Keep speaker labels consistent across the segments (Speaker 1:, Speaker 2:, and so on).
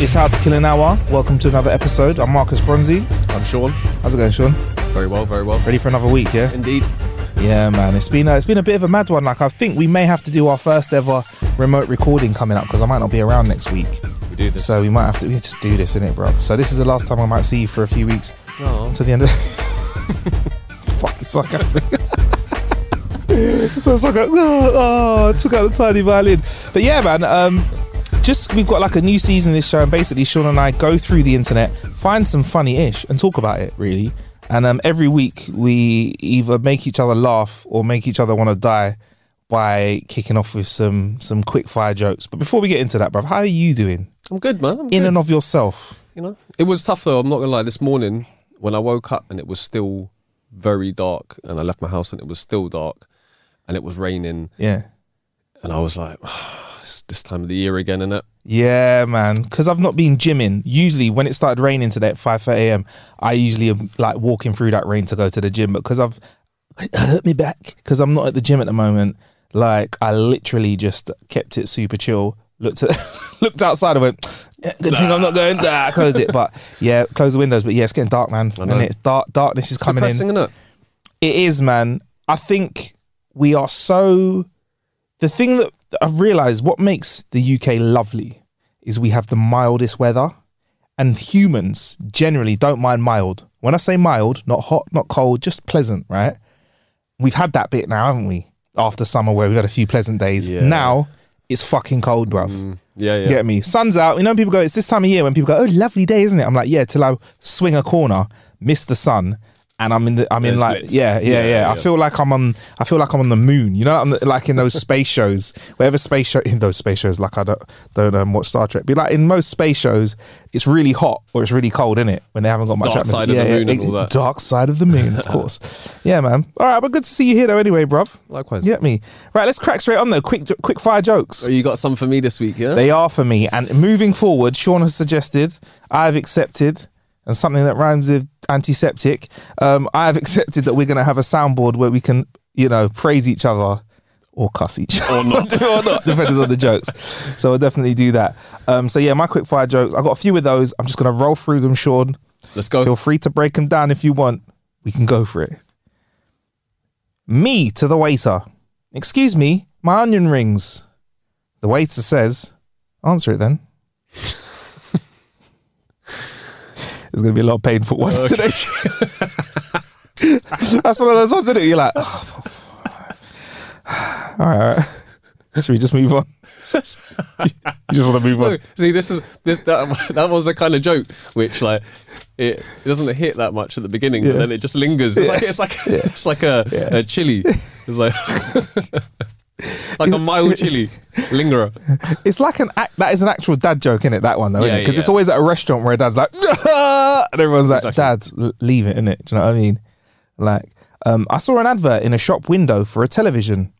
Speaker 1: It's How to Kill an Hour. Welcome to another episode. I'm Marcus Bronzy.
Speaker 2: I'm Sean.
Speaker 1: How's it going, Sean?
Speaker 2: Very well, very well.
Speaker 1: Ready for another week, yeah?
Speaker 2: Indeed.
Speaker 1: Yeah, man. It's been a, it's been a bit of a mad one. Like I think we may have to do our first ever remote recording coming up because I might not be around next week.
Speaker 2: We do this.
Speaker 1: So we might have to we just do this, innit, bruv? So this is the last time I might see you for a few weeks
Speaker 2: Aw.
Speaker 1: until the end of. Fucking sarcastic. so it's like, a, oh, oh, took out the tiny violin. But yeah, man. Um, just we've got like a new season of this show, and basically Sean and I go through the internet, find some funny ish, and talk about it really. And um, every week we either make each other laugh or make each other want to die by kicking off with some some quick fire jokes. But before we get into that, bruv, how are you doing
Speaker 2: I'm good, man. I'm
Speaker 1: in
Speaker 2: good.
Speaker 1: and of yourself?
Speaker 2: you know, it was tough though. I'm not gonna lie. This morning when I woke up and it was still very dark, and I left my house and it was still dark, and it was raining,
Speaker 1: Yeah,
Speaker 2: and I was like, "Ah, it's this time of the year again, innit?
Speaker 1: yeah, man. Because I've not been gymming. Usually, when it started raining today at five thirty a.m., I usually am like walking through that rain to go to the gym. But because I've it hurt me back because I'm not at the gym at the moment. Like I literally just kept it super chill. Looked at, looked outside and went, "Yeah, good thing I'm not going. Nah, close it. But yeah, close the windows. But yeah, it's getting dark, man. And
Speaker 2: know.
Speaker 1: it's dark. Darkness is coming in.
Speaker 2: Depressing, innit?
Speaker 1: It is, man. I think we are so. The thing that I've realised, what makes the UK lovely is we have the mildest weather, and humans generally don't mind mild. When I say mild, not hot, not cold, just pleasant, right? We've had that bit now, haven't we? After summer, where we've had a few pleasant days.
Speaker 2: Yeah.
Speaker 1: Now it's fucking cold, bruv.
Speaker 2: Yeah, yeah.
Speaker 1: Get me. Sun's out. You know, people go, it's this time of year when people go, oh, lovely day, isn't it? I'm like, yeah, till I swing a corner, miss the sun. And I'm in the, I'm in
Speaker 2: Those
Speaker 1: like,
Speaker 2: bits.
Speaker 1: yeah, yeah, yeah,
Speaker 2: Yeah,
Speaker 1: I
Speaker 2: yeah.
Speaker 1: feel like I'm on, I feel like I'm on the moon. You know, I'm like in those space shows, wherever space show, in those space shows, like I don't, don't um, watch Star Trek, but like in most space shows, it's really hot or it's really cold, in it? When they haven't got much
Speaker 2: Dark
Speaker 1: atmosphere.
Speaker 2: side of the moon and all that.
Speaker 1: Dark side of the moon, of course. yeah, man. All right, but good to see you here though. Anyway, bruv.
Speaker 2: Likewise.
Speaker 1: Get me. Right, let's crack straight on though. Quick, quick fire jokes.
Speaker 2: So Oh, you got some for me this week, yeah?
Speaker 1: They are for me. And moving forward, Sean has suggested, I've accepted, and something that rhymes with antiseptic, um, I've accepted that we're going to have a soundboard where we can, you know, praise each other or cuss each other. Or not. or not. Depends on the jokes. So we'll definitely do that. Um, so yeah, my quick fire jokes. I've got a few of those. I'm just going to roll through them, Sean.
Speaker 2: Let's go.
Speaker 1: Feel free to break them down if you want. We can go for it. Me to the waiter. Excuse me, my onion rings. The waiter says, Answer it then. There's going to be a lot of painful ones today. That's one of those ones, isn't it? You're like, "Oh, for f- all right, all right. Should we just move on? you just want to move on.
Speaker 2: No, see, this is this that that was the kind of joke which like it, it doesn't hit that much at the beginning, but
Speaker 1: Yeah.
Speaker 2: then it just lingers. It's like it's like it's like a,
Speaker 1: Yeah.
Speaker 2: a chili. It's like like a mild chili lingerer.
Speaker 1: It's like an act, that is an actual dad joke, innit? That one though,
Speaker 2: Yeah,
Speaker 1: Because it's
Speaker 2: yeah.
Speaker 1: always at a restaurant where a dad's like, and everyone's like,
Speaker 2: Exactly.
Speaker 1: "Dad, l- leave it, innit?" Do you know what I mean? Like, um, I saw an advert in a shop window for a television.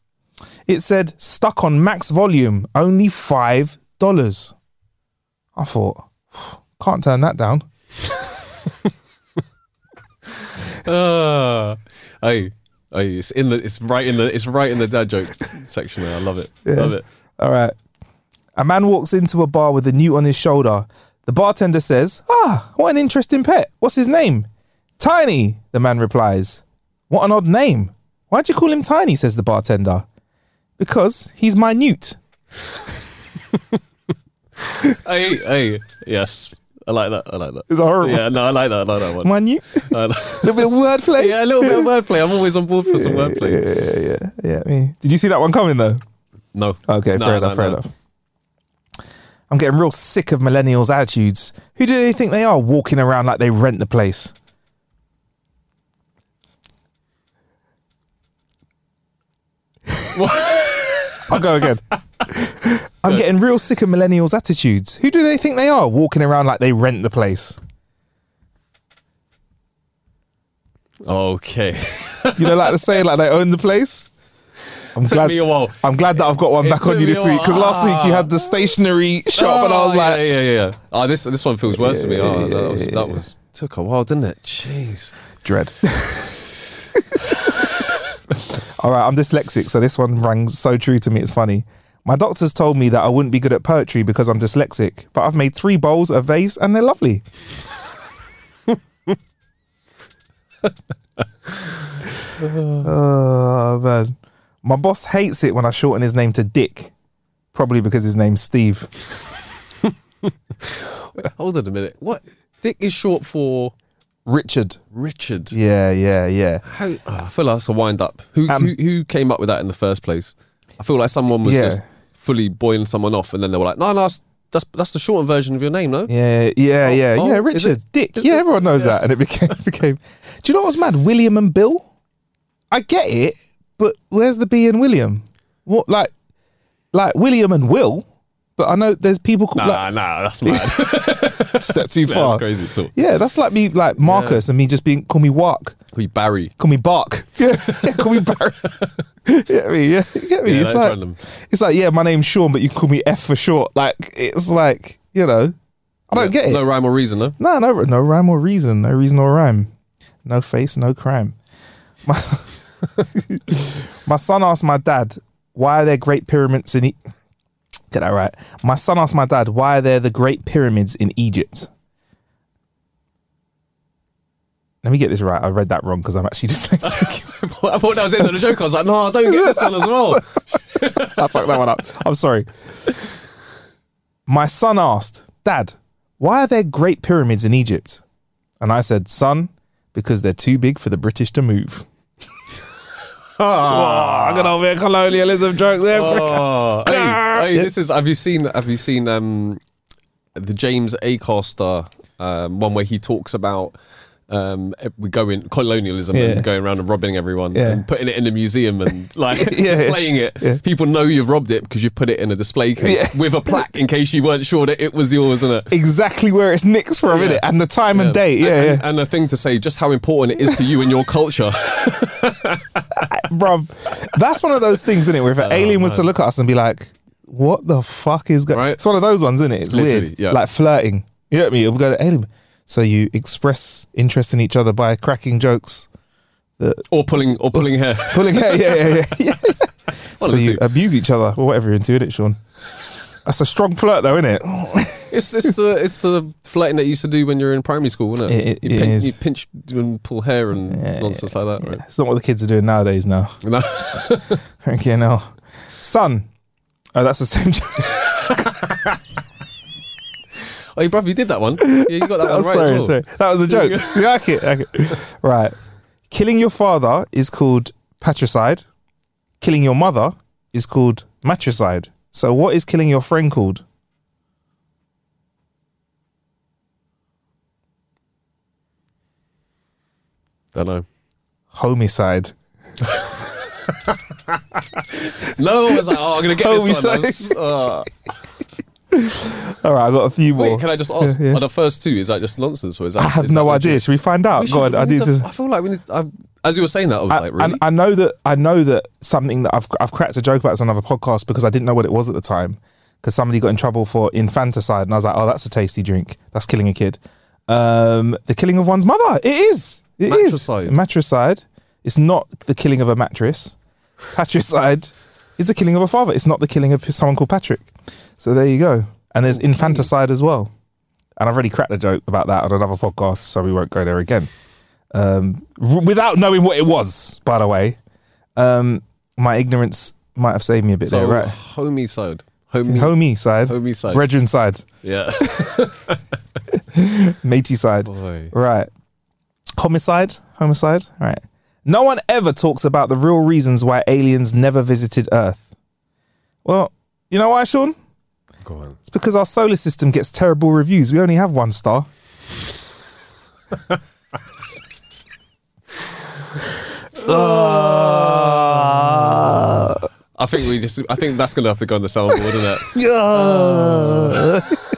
Speaker 1: It said "stuck on max volume, only five dollars." I thought, can't turn that down.
Speaker 2: Ah, hey, hey, it's in the it's right in the it's right in the dad joke section. There. I love it. Love it.
Speaker 1: All right. A man walks into a bar with a newt on his shoulder. The bartender says, Ah, what an interesting pet. What's his name? Tiny, the man replies. What an odd name. Why'd you call him Tiny? says the bartender. Because he's minute.
Speaker 2: Hey, hey, yes, I like that. I like that.
Speaker 1: It's horrible.
Speaker 2: Yeah, no, I like that. I like that one.
Speaker 1: Minute. A
Speaker 2: I like-
Speaker 1: little bit of wordplay.
Speaker 2: yeah, a little bit of wordplay. I'm always on board for some wordplay.
Speaker 1: Yeah, yeah, yeah. me. Did you see that one coming though?
Speaker 2: No.
Speaker 1: Okay, fair
Speaker 2: No, no,
Speaker 1: enough, fair
Speaker 2: no.
Speaker 1: enough. I'm getting real sick of millennials' attitudes. Who do they think they are walking around like they rent the place? I'll go again. I'm getting real sick of millennials' attitudes. Who do they think they are walking around like they rent the place?
Speaker 2: Okay.
Speaker 1: You know, like to say like they own the place. I'm
Speaker 2: Took me a while.
Speaker 1: I'm glad that I've got one
Speaker 2: It
Speaker 1: back on
Speaker 2: took
Speaker 1: you
Speaker 2: me
Speaker 1: this
Speaker 2: a
Speaker 1: week because
Speaker 2: while.
Speaker 1: last week you had the stationery shop and I was
Speaker 2: Oh,
Speaker 1: like,
Speaker 2: yeah, yeah, yeah. yeah. Oh, this this one feels worse to me. Oh, that was that was took a while, didn't it? Jeez.
Speaker 1: Dread. All right, I'm dyslexic, so this one rang so true to me, it's funny. My doctors told me that I wouldn't be good at poetry because I'm dyslexic, but I've made three bowls, a vase, and they're lovely. oh, man. My boss hates it when I shorten his name to Dick, probably because his name's Steve.
Speaker 2: Hold on a minute. What Dick is short for
Speaker 1: Richard.
Speaker 2: Richard.
Speaker 1: Yeah, yeah, yeah.
Speaker 2: How, oh, I feel like that's a wind up. Who,
Speaker 1: Um,
Speaker 2: who who came up with that in the first place? I feel like someone was
Speaker 1: Yeah.
Speaker 2: just fully boiling someone off, and then they were like, "No, no, that's that's, that's the shortened version of your name, no?"
Speaker 1: Yeah, yeah, yeah,
Speaker 2: oh,
Speaker 1: yeah.
Speaker 2: is
Speaker 1: Richard,
Speaker 2: it-
Speaker 1: Dick.
Speaker 2: is
Speaker 1: Yeah,
Speaker 2: it-
Speaker 1: everyone knows that, and it became became. Do you know what's mad? William and Bill. I get it, but where's the B in William? What like, like William and Will? But I know there's people called
Speaker 2: Nah,
Speaker 1: like
Speaker 2: nah, that's mad.
Speaker 1: step too far.
Speaker 2: that's crazy. Too.
Speaker 1: Yeah, that's like me, like Marcus, and me just being call me Wark,
Speaker 2: We Barry.
Speaker 1: call me Bark, yeah, call me Barry. you get me? Yeah, you get me?
Speaker 2: Yeah,
Speaker 1: it's
Speaker 2: that's
Speaker 1: like
Speaker 2: random.
Speaker 1: it's like yeah, my name's Sean, but you can call me F for short. Like it's like you know, I don't get it.
Speaker 2: No rhyme or reason, no.
Speaker 1: No, no, no rhyme or reason. No reason or rhyme. No face, no crime. My, my son asked my dad, why are there great pyramids in Egypt? Get that right. My son asked my dad, why are there the great pyramids in Egypt? Let me get this right. I read that wrong because I'm actually dyslexic.
Speaker 2: I thought that was the end of the joke. I was like, "No, I don't get this one as well."
Speaker 1: I fucked that one up. I'm sorry. My son asked, Dad, why are there great pyramids in Egypt? And I said, Son, because they're too big for the British to move. Ah, I'm gonna make colonialism joke there.
Speaker 2: Oh, hey, hey, this is. Have you seen? Have you seen um, the James Acaster um, one where he talks about um, we go in colonialism
Speaker 1: Yeah.
Speaker 2: and going around and robbing everyone
Speaker 1: Yeah.
Speaker 2: and putting it in a museum and like
Speaker 1: yeah.
Speaker 2: displaying it.
Speaker 1: Yeah.
Speaker 2: People know you've robbed it because you've put it in a display case
Speaker 1: Yeah.
Speaker 2: with a plaque in case you weren't sure that it was yours, and it.
Speaker 1: Exactly where it's nicked from,
Speaker 2: Yeah.
Speaker 1: innit? And the time and
Speaker 2: Yeah.
Speaker 1: date. Yeah,
Speaker 2: and,
Speaker 1: yeah.
Speaker 2: and a thing to say just how important it is to you and your culture.
Speaker 1: bruv. That's one of those things, isn't it? Where if
Speaker 2: Oh,
Speaker 1: an alien was to look at us and be like, "What the fuck is going?"
Speaker 2: Right.
Speaker 1: It's one of those ones, isn't it? It's
Speaker 2: Literally,
Speaker 1: weird,
Speaker 2: yeah.
Speaker 1: like flirting. You know what I mean? It'll go to alien. So you express interest in each other by cracking jokes,
Speaker 2: or pulling, or pulling hair.
Speaker 1: pulling hair. Yeah, yeah, yeah. yeah. so
Speaker 2: One of the
Speaker 1: you
Speaker 2: two.
Speaker 1: abuse each other or whatever you're into, innit, Sean? That's a strong flirt, though, isn't it?
Speaker 2: It's it's the it's the flirting that you used to do when you were in primary school, wasn't it?
Speaker 1: It- it-
Speaker 2: you,
Speaker 1: it
Speaker 2: pinch,
Speaker 1: is.
Speaker 2: you pinch and pull hair and nonsense like that, right?
Speaker 1: It's not what the kids are doing nowadays. Now,
Speaker 2: No.
Speaker 1: okay, no, son. Oh, that's the same. joke.
Speaker 2: Oh, you brother, you did that one. Yeah, you got that
Speaker 1: Oh,
Speaker 2: one right. as
Speaker 1: sorry,
Speaker 2: well.
Speaker 1: sorry. That was a joke. You like it? Like it. Right. Killing your father is called patricide. Killing your mother is called matricide. So what is killing your friend called?
Speaker 2: Don't know.
Speaker 1: Homicide.
Speaker 2: No, I was like, oh, I'm gonna get
Speaker 1: Oh, we
Speaker 2: this one. I was- uh,
Speaker 1: All right, I got a few more.
Speaker 2: wait, can I just ask?
Speaker 1: Yeah, yeah.
Speaker 2: Are the first two is that just nonsense or is that?
Speaker 1: I have
Speaker 2: is
Speaker 1: no
Speaker 2: that
Speaker 1: idea.
Speaker 2: legit?
Speaker 1: Should we find out?
Speaker 2: We
Speaker 1: God,
Speaker 2: should-
Speaker 1: I
Speaker 2: we
Speaker 1: need to.
Speaker 2: I feel like we need. I, as you were saying that, I was like,
Speaker 1: I-
Speaker 2: really?
Speaker 1: and I know that I know that something that I've I've cracked a joke about this on another podcast because I didn't know what it was at the time because somebody got in trouble for infanticide and I was like, oh, that's a tasty drink. That's killing a kid. Um, the killing of one's mother. It is. It is
Speaker 2: Matricide.
Speaker 1: Matricide. It's not the killing of a mattress. Patricide is the killing of a father. It's not the killing of someone called Patrick. So there you go. And there's infanticide as well. And I've already cracked a joke about that on another podcast, so we won't go there again Um, r- without knowing what it was, by the way. Um, my ignorance might have saved me a bit
Speaker 2: so,
Speaker 1: there, right?
Speaker 2: homie side, homie,
Speaker 1: Homie side,
Speaker 2: Homie side.
Speaker 1: brethren side,
Speaker 2: yeah.
Speaker 1: matey side,
Speaker 2: Boy.
Speaker 1: right? Homicide, homicide, right? No one ever talks about the real reasons why aliens never visited Earth. Well, you know why, Sean?
Speaker 2: Go on.
Speaker 1: It's because our solar system gets terrible reviews. We only have one star.
Speaker 2: I think we just. I think that's gonna have to go on the soundboard,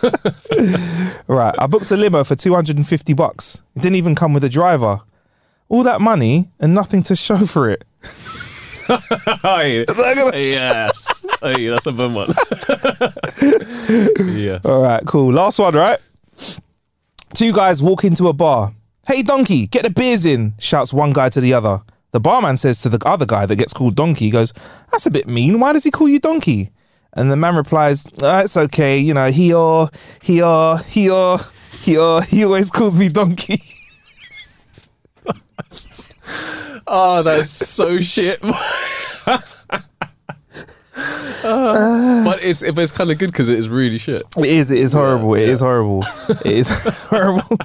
Speaker 2: isn't it?
Speaker 1: Right, I booked a limo for 250 bucks. It didn't even come with a driver. All that money and nothing to show for it.
Speaker 2: yes. Hey, that's a fun one. yeah.
Speaker 1: All right, cool. Last one, right? Two guys walk into a bar. Hey, donkey, get the beers in, shouts one guy to the other. The barman says to the other guy that gets called donkey, he goes, That's a bit mean. Why does he call you donkey? And the man replies, "Ah, It's okay. You know, he or, he or, he or, he or, he always calls me donkey. Ah,
Speaker 2: Oh, that's so shit. Uh, but it's it- but it's kind of good because it is really shit.
Speaker 1: It is. It is horrible. It is horrible. It is horrible.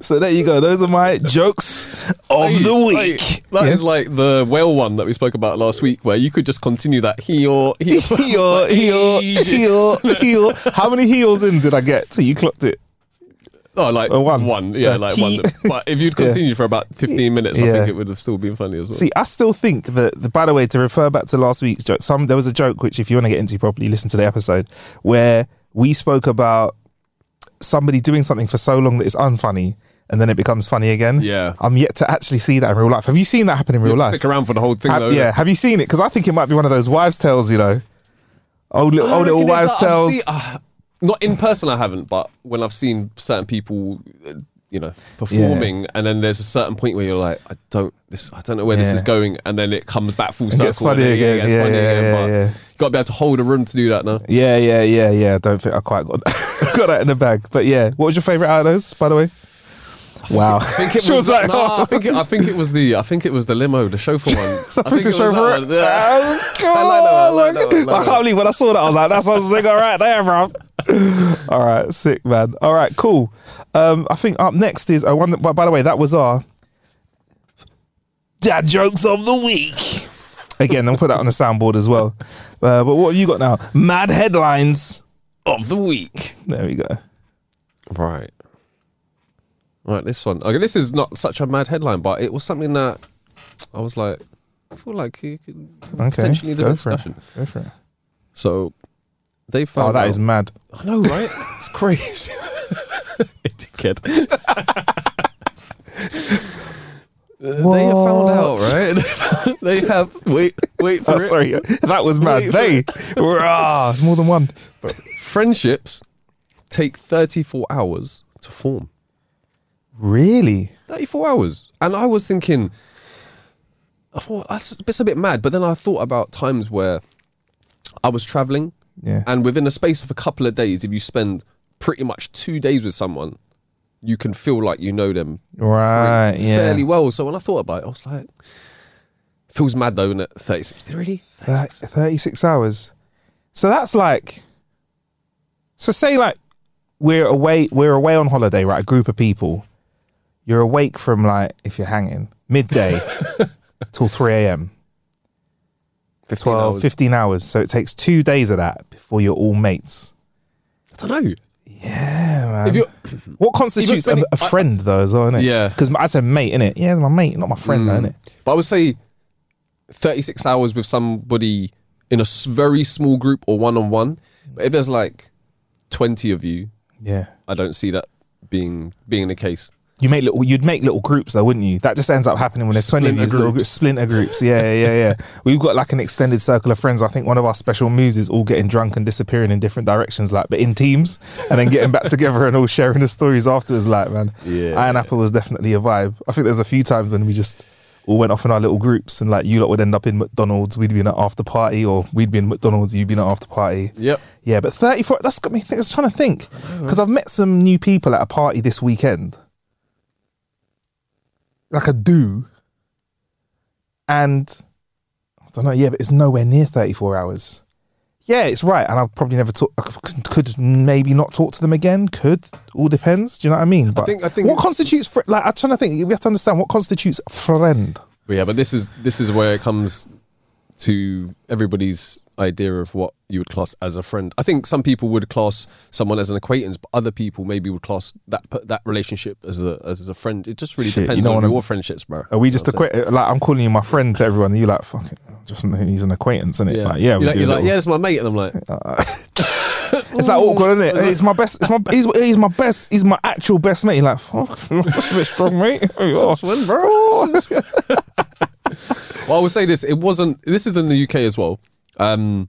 Speaker 1: so there you go. Those are my jokes of
Speaker 2: Hey,
Speaker 1: the
Speaker 2: hey,
Speaker 1: week.
Speaker 2: that
Speaker 1: Yeah.
Speaker 2: is like the whale one that we spoke about last week, where you could just continue that heel heel
Speaker 1: heel, heel,
Speaker 2: ages.
Speaker 1: heel, heel. How many heels in did I get till you clocked it?
Speaker 2: Oh, like
Speaker 1: Uh, one.
Speaker 2: one, one, yeah,
Speaker 1: Uh,
Speaker 2: like
Speaker 1: he-
Speaker 2: one. But if you'd continued for about fifteen minutes, I
Speaker 1: Yeah.
Speaker 2: think it would have still been funny as well.
Speaker 1: See, I still think that. The, by the way, to refer back to last week's joke, some there was a joke which, if you want to get into properly, listen to the episode where we spoke about somebody doing something for so long that it's unfunny, and then it becomes funny again.
Speaker 2: Yeah.
Speaker 1: I'm yet to actually see that in real life. Have you seen that happen in real
Speaker 2: You'd
Speaker 1: life?
Speaker 2: stick around for the whole thing,
Speaker 1: Have-
Speaker 2: though.
Speaker 1: yeah, have you seen it? Because I think it might be one of those wives' tales, you know. Old little, old Oh, little wives' tales.
Speaker 2: uh, not in person, I haven't, but when I've seen certain people, uh, you know, performing, and then there's a certain point where you're like, I don't, this, I don't know where this
Speaker 1: Yeah.
Speaker 2: is going, and then it comes back full circle.
Speaker 1: gets
Speaker 2: and
Speaker 1: funny
Speaker 2: then
Speaker 1: again,
Speaker 2: It gets
Speaker 1: yeah,
Speaker 2: funny
Speaker 1: yeah,
Speaker 2: again.
Speaker 1: yeah,
Speaker 2: but
Speaker 1: yeah.
Speaker 2: you got to be able to hold a room to do that now.
Speaker 1: Yeah, yeah, yeah, yeah. I don't think I quite got got that in the bag. But yeah, what was your favourite out of those, by the way? Wow.
Speaker 2: I think it
Speaker 1: She was
Speaker 2: was,
Speaker 1: like,
Speaker 2: nah,
Speaker 1: oh.
Speaker 2: I, think it, I think it was the I think it was the limo, the chauffeur one. I
Speaker 1: I think
Speaker 2: it
Speaker 1: the
Speaker 2: was
Speaker 1: chauffeur.
Speaker 2: that one, yeah.
Speaker 1: Oh, God.
Speaker 2: I like that one, I like that one, I like
Speaker 1: I can't
Speaker 2: that.
Speaker 1: believe when I saw that, I was like, that's a singer right there, bro. All right, sick, man. All right, cool. Um, I think up next is, I wonder, by, by the way, that was our dad jokes of the week. Again, I'll put that on the soundboard as well. Uh, but what have you got now? Mad headlines of the week. There we go.
Speaker 2: Right. Right, this one. Okay, this is not such a mad headline, but it was something that I was like, I feel like you could potentially need a
Speaker 1: go
Speaker 2: bit of
Speaker 1: for it.
Speaker 2: discussion.
Speaker 1: Go for it.
Speaker 2: So they
Speaker 1: Oh,
Speaker 2: found
Speaker 1: that
Speaker 2: out-
Speaker 1: is mad.
Speaker 2: I know, right? it's crazy. Dickhead. They have found out, right? they have. Wait, wait for
Speaker 1: Oh,
Speaker 2: it.
Speaker 1: sorry, that was mad.
Speaker 2: Wait for
Speaker 1: They were ah, it's more than one.
Speaker 2: Friendships take 34 hours to form.
Speaker 1: Really?
Speaker 2: 34 hours. And I was thinking, I thought that's it's a bit mad. But then I thought about times where I was traveling,
Speaker 1: Yeah.
Speaker 2: and within the space of a couple of days, if you spend pretty much two days with someone, you can feel like you know them
Speaker 1: Right. Uh, Yeah.
Speaker 2: fairly well. So when I thought about it, I was like, feels mad though, isn't it? 36. Really?
Speaker 1: Thir- Thirty-six hours. So that's like. So say like, we're away. We're away on holiday, right? A group of people. You're awake from like if you're hanging midday till three a.m.
Speaker 2: 15
Speaker 1: 12,
Speaker 2: hours.
Speaker 1: 15 hours. So it takes two days of that before you're all mates.
Speaker 2: I don't know. Yeah, man. If you're,
Speaker 1: What constitutes
Speaker 2: spending-
Speaker 1: a, a
Speaker 2: I-
Speaker 1: friend though, as well, innit?
Speaker 2: Yeah. Mm.
Speaker 1: Because I said mate, innit? Yeah, it's my mate, not my friend, though, innit?
Speaker 2: But I would say 36 hours with somebody in a s- very small group or one on one. But if there's like 20 of you,
Speaker 1: Yeah.
Speaker 2: I don't see that being being the case.
Speaker 1: You make little, you'd make little groups though, wouldn't you? That just ends up happening when there's twenty of
Speaker 2: Splinter
Speaker 1: these little groups,
Speaker 2: groups.
Speaker 1: splinter groups. Yeah, yeah, yeah, yeah. We've got like an extended circle of friends. I think one of our special moves is all getting drunk and disappearing in different directions, like but in teams, and then getting back together and all sharing the stories afterwards. Like, man,
Speaker 2: Yeah.
Speaker 1: Iron Apple was definitely a vibe. I think there's a few times when we just all went off in our little groups, and like you lot would end up in McDonald's, we'd be in an after party, or we'd be in McDonald's, you'd be in an after party.
Speaker 2: Yep.
Speaker 1: Yeah, but 34, that's got me think, I was trying to think because I've met some new people at a party this weekend. Like a do. And I don't know, yeah, but it's nowhere near 34 hours. Yeah, it's right. And I'll probably never talk, I c- could maybe not talk to them again. Could, all depends. Do you know what I mean? But
Speaker 2: think- I think-
Speaker 1: what constitutes, fri like, I'm trying to think, we have to understand what constitutes friend.
Speaker 2: But yeah, but this is this is where it comes to everybody's idea of what you would class as a friend. I think some people would class someone as an acquaintance, but other people maybe would class that per- that relationship as a as a friend. It just really
Speaker 1: Shit, you
Speaker 2: depends
Speaker 1: don't
Speaker 2: on
Speaker 1: wanna-
Speaker 2: your friendships, bro.
Speaker 1: Are we just
Speaker 2: That's it.
Speaker 1: acquaint? Like I'm calling you my friend to everyone, and you're like, "Fuck it, just he's an acquaintance, isn't it?" Like, yeah,
Speaker 2: You're
Speaker 1: we
Speaker 2: like,
Speaker 1: do a
Speaker 2: you're like,
Speaker 1: little-
Speaker 2: yeah, it's my mate, and I'm like,
Speaker 1: It's like awkward, isn't it? It's my best. It's my. He's, he's my best. He's my actual best mate. You're like, fuck, that's a bit strong, mate.
Speaker 2: Since when, bro? well, I would say this: it wasn't. This is in the UK as well, um,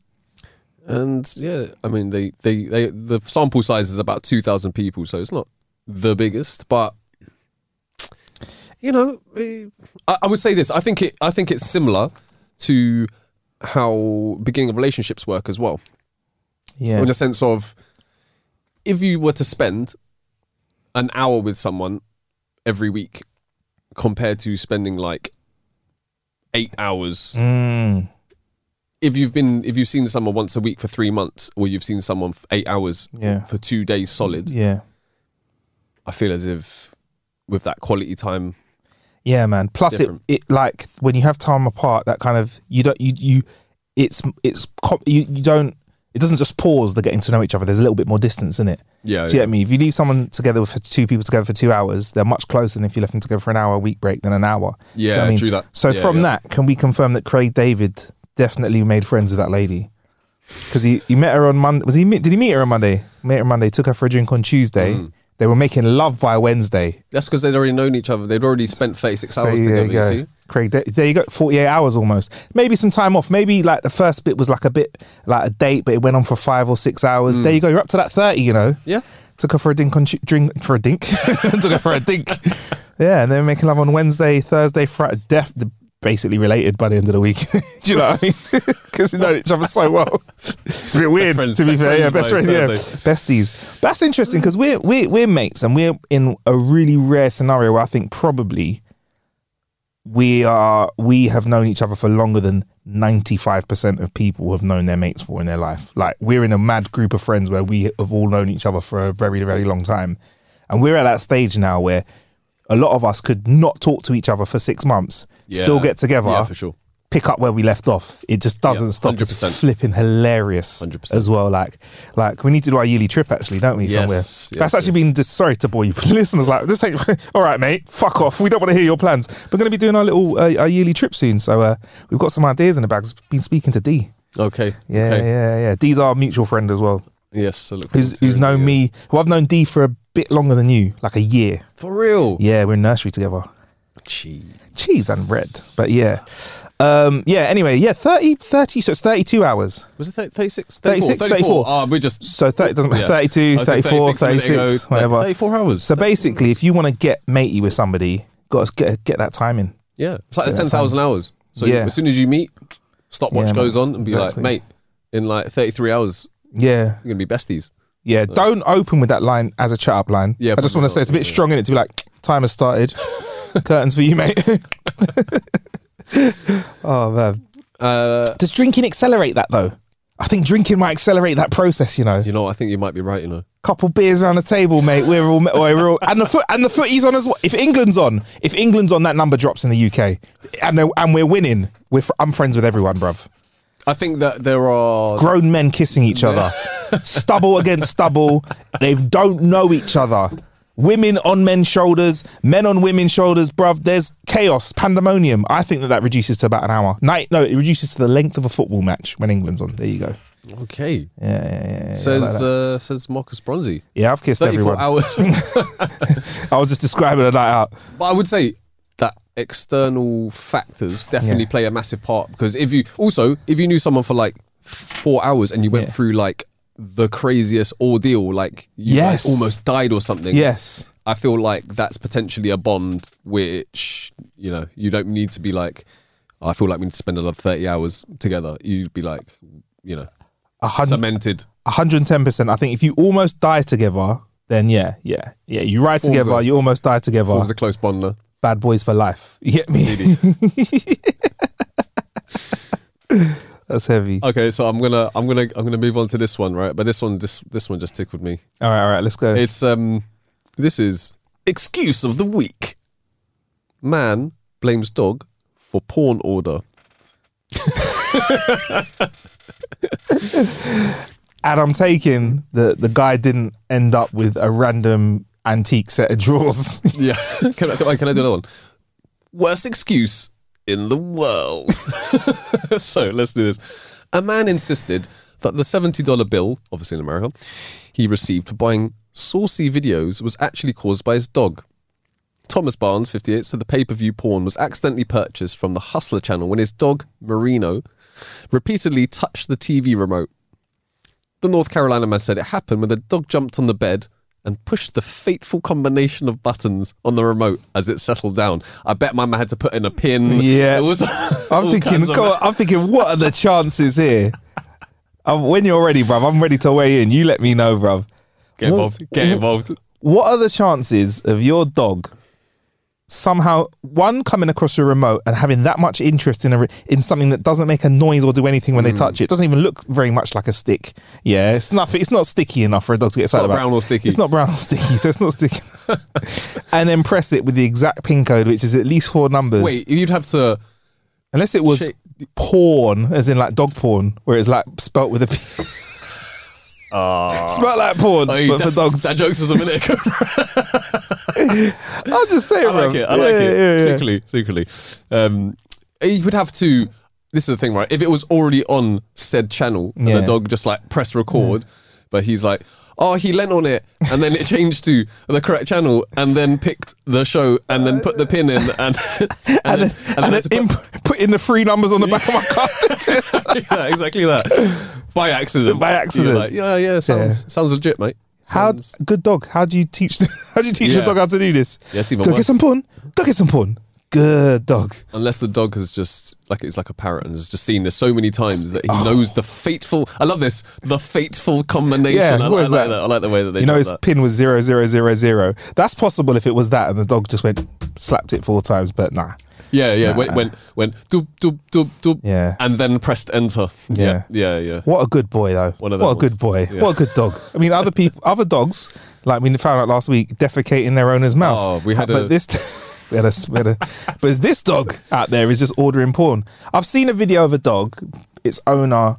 Speaker 2: and yeah, I mean, they, they, they the sample size is about two thousand people, so it's not the biggest, but you know, eh, I, I would say this: I think it, I think it's similar to how beginning of relationships work as well
Speaker 1: Yeah.
Speaker 2: in the sense of if you were to spend an hour with someone every week compared to spending like eight hours
Speaker 1: Mm.
Speaker 2: if you've been if you've seen someone once a week for three months or you've seen someone for eight hours
Speaker 1: Yeah.
Speaker 2: for two days solid
Speaker 1: Yeah.
Speaker 2: i feel as if with that quality time
Speaker 1: Yeah, man. Plus, it,
Speaker 2: Different.
Speaker 1: it like when you have time apart, that kind of you don't you you it's it's co- you, you don't it doesn't just pause the getting to know each other. There's a little bit more distance in it.
Speaker 2: Yeah,
Speaker 1: Do you
Speaker 2: yeah.
Speaker 1: get me? If you leave someone together for two people together for two hours, they're much closer than if you left them together for an hour a week break than an hour. Do you know
Speaker 2: Yeah,
Speaker 1: what I mean?
Speaker 2: true that.
Speaker 1: So
Speaker 2: Yeah,
Speaker 1: from
Speaker 2: yeah.
Speaker 1: that, can we confirm that Craig David definitely made friends with that lady? Because he, he met her on Monday. Was he meet- did he meet her on Monday? Met her on Monday. Took her for a drink on Tuesday.
Speaker 2: Mm.
Speaker 1: They were making love by Wednesday.
Speaker 2: that's because they'd already known each other they'd already spent 36 hours
Speaker 1: there
Speaker 2: together
Speaker 1: you
Speaker 2: you
Speaker 1: go.
Speaker 2: see
Speaker 1: Craig, there, there you go. 48 hours almost. Maybe some time off. Maybe like the first bit was like a bit like a date, but it went on for five or six hours. There you go. You're up to that 30, you know?
Speaker 2: Yeah.
Speaker 1: Took her for a dink on Tu- drink for a dink. Took her for a dink. yeah. And then making love on Wednesday, Thursday, Friday. Def- basically related by the end of the week. Do you know what I mean? Because we know each other so well. It's a bit weird
Speaker 2: friends-
Speaker 1: to be
Speaker 2: best
Speaker 1: fair. Yeah,
Speaker 2: friends
Speaker 1: best
Speaker 2: by
Speaker 1: friends. Yeah, besties. That's interesting because we're we're we're mates and we're in a really rare scenario where I think probably we are we have known each other for longer than 95% of people have known their mates for in their life like we're in a mad group of friends where we have all known each other for a very very long time and we're at that stage now where a lot of us could not talk to each other for six months still
Speaker 2: Yeah.
Speaker 1: get together
Speaker 2: Yeah, for sure.
Speaker 1: pick up where we left off it just doesn't
Speaker 2: Yeah,
Speaker 1: stop it's
Speaker 2: 100%.
Speaker 1: flipping hilarious
Speaker 2: 100%.
Speaker 1: as well like like we need to do our yearly trip actually don't we somewhere
Speaker 2: Yes,
Speaker 1: that's
Speaker 2: yes,
Speaker 1: actually
Speaker 2: yes.
Speaker 1: been just sorry to bore you listeners like this ain't all right mate fuck off we don't want to hear your plans we're going to be doing our little uh, our yearly trip soon so uh, we've got some ideas in the bags been speaking to d
Speaker 2: okay
Speaker 1: yeah
Speaker 2: okay.
Speaker 1: yeah yeah d's our mutual friend as well
Speaker 2: yes I look forward
Speaker 1: who's
Speaker 2: to
Speaker 1: who's
Speaker 2: it,
Speaker 1: known
Speaker 2: yeah.
Speaker 1: me well i've known d for a bit longer than you like a year
Speaker 2: for real
Speaker 1: yeah we're in nursery together
Speaker 2: Gee.
Speaker 1: cheese and bread but yeah um yeah anyway yeah 30 30 so it's 32 hours
Speaker 2: was it 36
Speaker 1: 36, 34.
Speaker 2: Ah, we're just
Speaker 1: So 30, doesn't matter.
Speaker 2: Yeah.
Speaker 1: 32,
Speaker 2: I said
Speaker 1: 34,
Speaker 2: 36 a minute
Speaker 1: 36,
Speaker 2: ago.
Speaker 1: whatever.
Speaker 2: 34 hours.
Speaker 1: So basically, if you want to get matey with somebody, got to get, get that time in.
Speaker 2: Yeah, it's like
Speaker 1: Yeah,
Speaker 2: ten
Speaker 1: that's
Speaker 2: thousand hours. So you-
Speaker 1: Yeah.
Speaker 2: as soon as you meet, stopwatch
Speaker 1: Yeah,
Speaker 2: goes
Speaker 1: man.
Speaker 2: on and be
Speaker 1: Exactly.
Speaker 2: like, mate, in like thirty-three hours,
Speaker 1: Yeah.
Speaker 2: you're gonna be besties.
Speaker 1: Yeah. Don't open with that line as a chat up line.
Speaker 2: Yeah,
Speaker 1: I just
Speaker 2: probably
Speaker 1: want to say
Speaker 2: not,
Speaker 1: it's a bit
Speaker 2: yeah.
Speaker 1: strong in it to be like, time has started. Curtains for you, mate. oh, man.
Speaker 2: Uh,
Speaker 1: Does drinking accelerate that, though? I think drinking might accelerate that process, you know.
Speaker 2: you know, I think you might be right. You know,
Speaker 1: couple beers around the table, mate. We're all, we're all, and the foot, and the footy's on as well. If England's on, if England's on, that number drops in the UK, and they're- and we're winning. We're fr- I'm friends with everyone, bruv.
Speaker 2: I think that there are.
Speaker 1: Grown men kissing each other, stubble against stubble. They don't know each other. Women on men's shoulders, men on women's shoulders, bruv. There's chaos, pandemonium. I think that that reduces to about an hour. Night, no, it reduces to the length of a football match when England's on. There you go.
Speaker 2: okay,
Speaker 1: Yeah, yeah, yeah. yeah,
Speaker 2: says
Speaker 1: like that.
Speaker 2: uh, says Marcus Bronzy.
Speaker 1: yeah. I've kissed
Speaker 2: Thirty-four
Speaker 1: everyone.
Speaker 2: hours.
Speaker 1: I was just describing a night out.
Speaker 2: but I would say that external factors definitely
Speaker 1: Yeah.
Speaker 2: play a massive part because if you also if you knew someone for like four hours and you went
Speaker 1: Yeah.
Speaker 2: through like the craziest ordeal, like you like,
Speaker 1: Yes.
Speaker 2: almost died or something.
Speaker 1: Yes.
Speaker 2: I feel like that's potentially a bond which you know you don't need to be like. I feel like we need to spend another thirty hours together. You'd be like, you know,
Speaker 1: hun-
Speaker 2: cemented.
Speaker 1: 110%. I think if you almost die together, then yeah, yeah, yeah. You ride
Speaker 2: Forms
Speaker 1: together,
Speaker 2: a-
Speaker 1: you almost die together.
Speaker 2: Forms a close bond. no?
Speaker 1: Bad boys for life. You get me? That's heavy.
Speaker 2: Okay, so I'm gonna I'm gonna I'm gonna move on to this one, right? But this one this this one just tickled me.
Speaker 1: All right, all right, let's go.
Speaker 2: It's um, this is excuse of the week. Man blames dog for porn order.
Speaker 1: and I'm taking the the guy didn't end up with a random antique set of drawers.
Speaker 2: Yeah. can, I, can, I, can I do another one? Worst excuse in the world. so let's do this. A man insisted that the $70 bill, obviously in America, he received for buying saucy videos was actually caused by his dog. Thomas Barnes, 58, said the pay per view porn was accidentally purchased from the Hustler channel when his dog, Marino, repeatedly touched the TV remote. The North Carolina man said it happened when the dog jumped on the bed and pushed the fateful combination of buttons on the remote as it settled down. I bet my man had to put in a pin.
Speaker 1: Yeah.
Speaker 2: It was
Speaker 1: I'm
Speaker 2: all
Speaker 1: thinking,
Speaker 2: kinds of-
Speaker 1: God, I'm thinking, what are the chances here? Um, when you're ready, bruv, I'm ready to weigh in. You let me know, bruv.
Speaker 2: Get involved.
Speaker 1: What-
Speaker 2: Get involved.
Speaker 1: What are the chances of your dog somehow one coming across your remote and having that much interest in a re- in something that doesn't make a noise or do anything when they
Speaker 2: Hmm.
Speaker 1: touch it? It doesn't even look very much like a stick. Yeah, it's nothing. It's not sticky enough for a dog to get excited
Speaker 2: not
Speaker 1: about.
Speaker 2: brown or sticky.
Speaker 1: It's not brown or sticky, so it's not sticky. and then press it with the exact pin code, which is at least four numbers.
Speaker 2: Wait, you'd have to.
Speaker 1: Unless it was
Speaker 2: Shit.
Speaker 1: porn, as in like dog porn, where it's like spelt with a P. Spelt like porn,
Speaker 2: Hey,
Speaker 1: but
Speaker 2: that,
Speaker 1: for dogs.
Speaker 2: Oh, That jokes was a minute ago.
Speaker 1: I'll just say,
Speaker 2: I like it. I like it. Secretly, secretly. Um, you would have to. This is the thing, right? If it was already on said channel and
Speaker 1: Yeah.
Speaker 2: the dog just like press record, but he's like, oh, he lent on it and then it changed to the correct channel and then picked the show and then put the pin in and and,
Speaker 1: And,
Speaker 2: then,
Speaker 1: then, and,
Speaker 2: had
Speaker 1: then
Speaker 2: to put-
Speaker 1: imp- put in the three numbers on the back of my car.
Speaker 2: exactly that, exactly that. By accident.
Speaker 1: By
Speaker 2: You're
Speaker 1: accident.
Speaker 2: like, yeah, yeah, sounds sounds legit, mate.
Speaker 1: How
Speaker 2: Sounds-
Speaker 1: good dog? How do you teach? How do you teach your
Speaker 2: Yeah.
Speaker 1: dog how to do this?
Speaker 2: Yes,
Speaker 1: go
Speaker 2: even
Speaker 1: get
Speaker 2: worse.
Speaker 1: some porn. Go get some porn. Good dog.
Speaker 2: Unless the dog has just like it's like a parrot and has just seen this so many times that he knows the fateful. I love this the fateful combination.
Speaker 1: Yeah,
Speaker 2: I, I
Speaker 1: what
Speaker 2: like
Speaker 1: is
Speaker 2: that?
Speaker 1: that?
Speaker 2: I like the way that they.
Speaker 1: you know
Speaker 2: do
Speaker 1: his
Speaker 2: that.
Speaker 1: pin was zero zero zero zero. That's possible if it was that, and the dog just went slapped it four times. But nah.
Speaker 2: yeah, yeah. Went went went doop doop doop doop.
Speaker 1: Yeah.
Speaker 2: and then pressed enter.
Speaker 1: Yeah.
Speaker 2: Yeah, yeah, yeah.
Speaker 1: What a good boy, though.
Speaker 2: One of
Speaker 1: what a
Speaker 2: them ones.
Speaker 1: good boy.
Speaker 2: Yeah.
Speaker 1: What a good dog. I mean, other people, other dogs, like we found out last week, defecate in their owner's mouth.
Speaker 2: Oh, we had
Speaker 1: but
Speaker 2: a-
Speaker 1: this. T- we had a, we had a, but it's this dog out there is just ordering porn. I've seen a video of a dog, its owner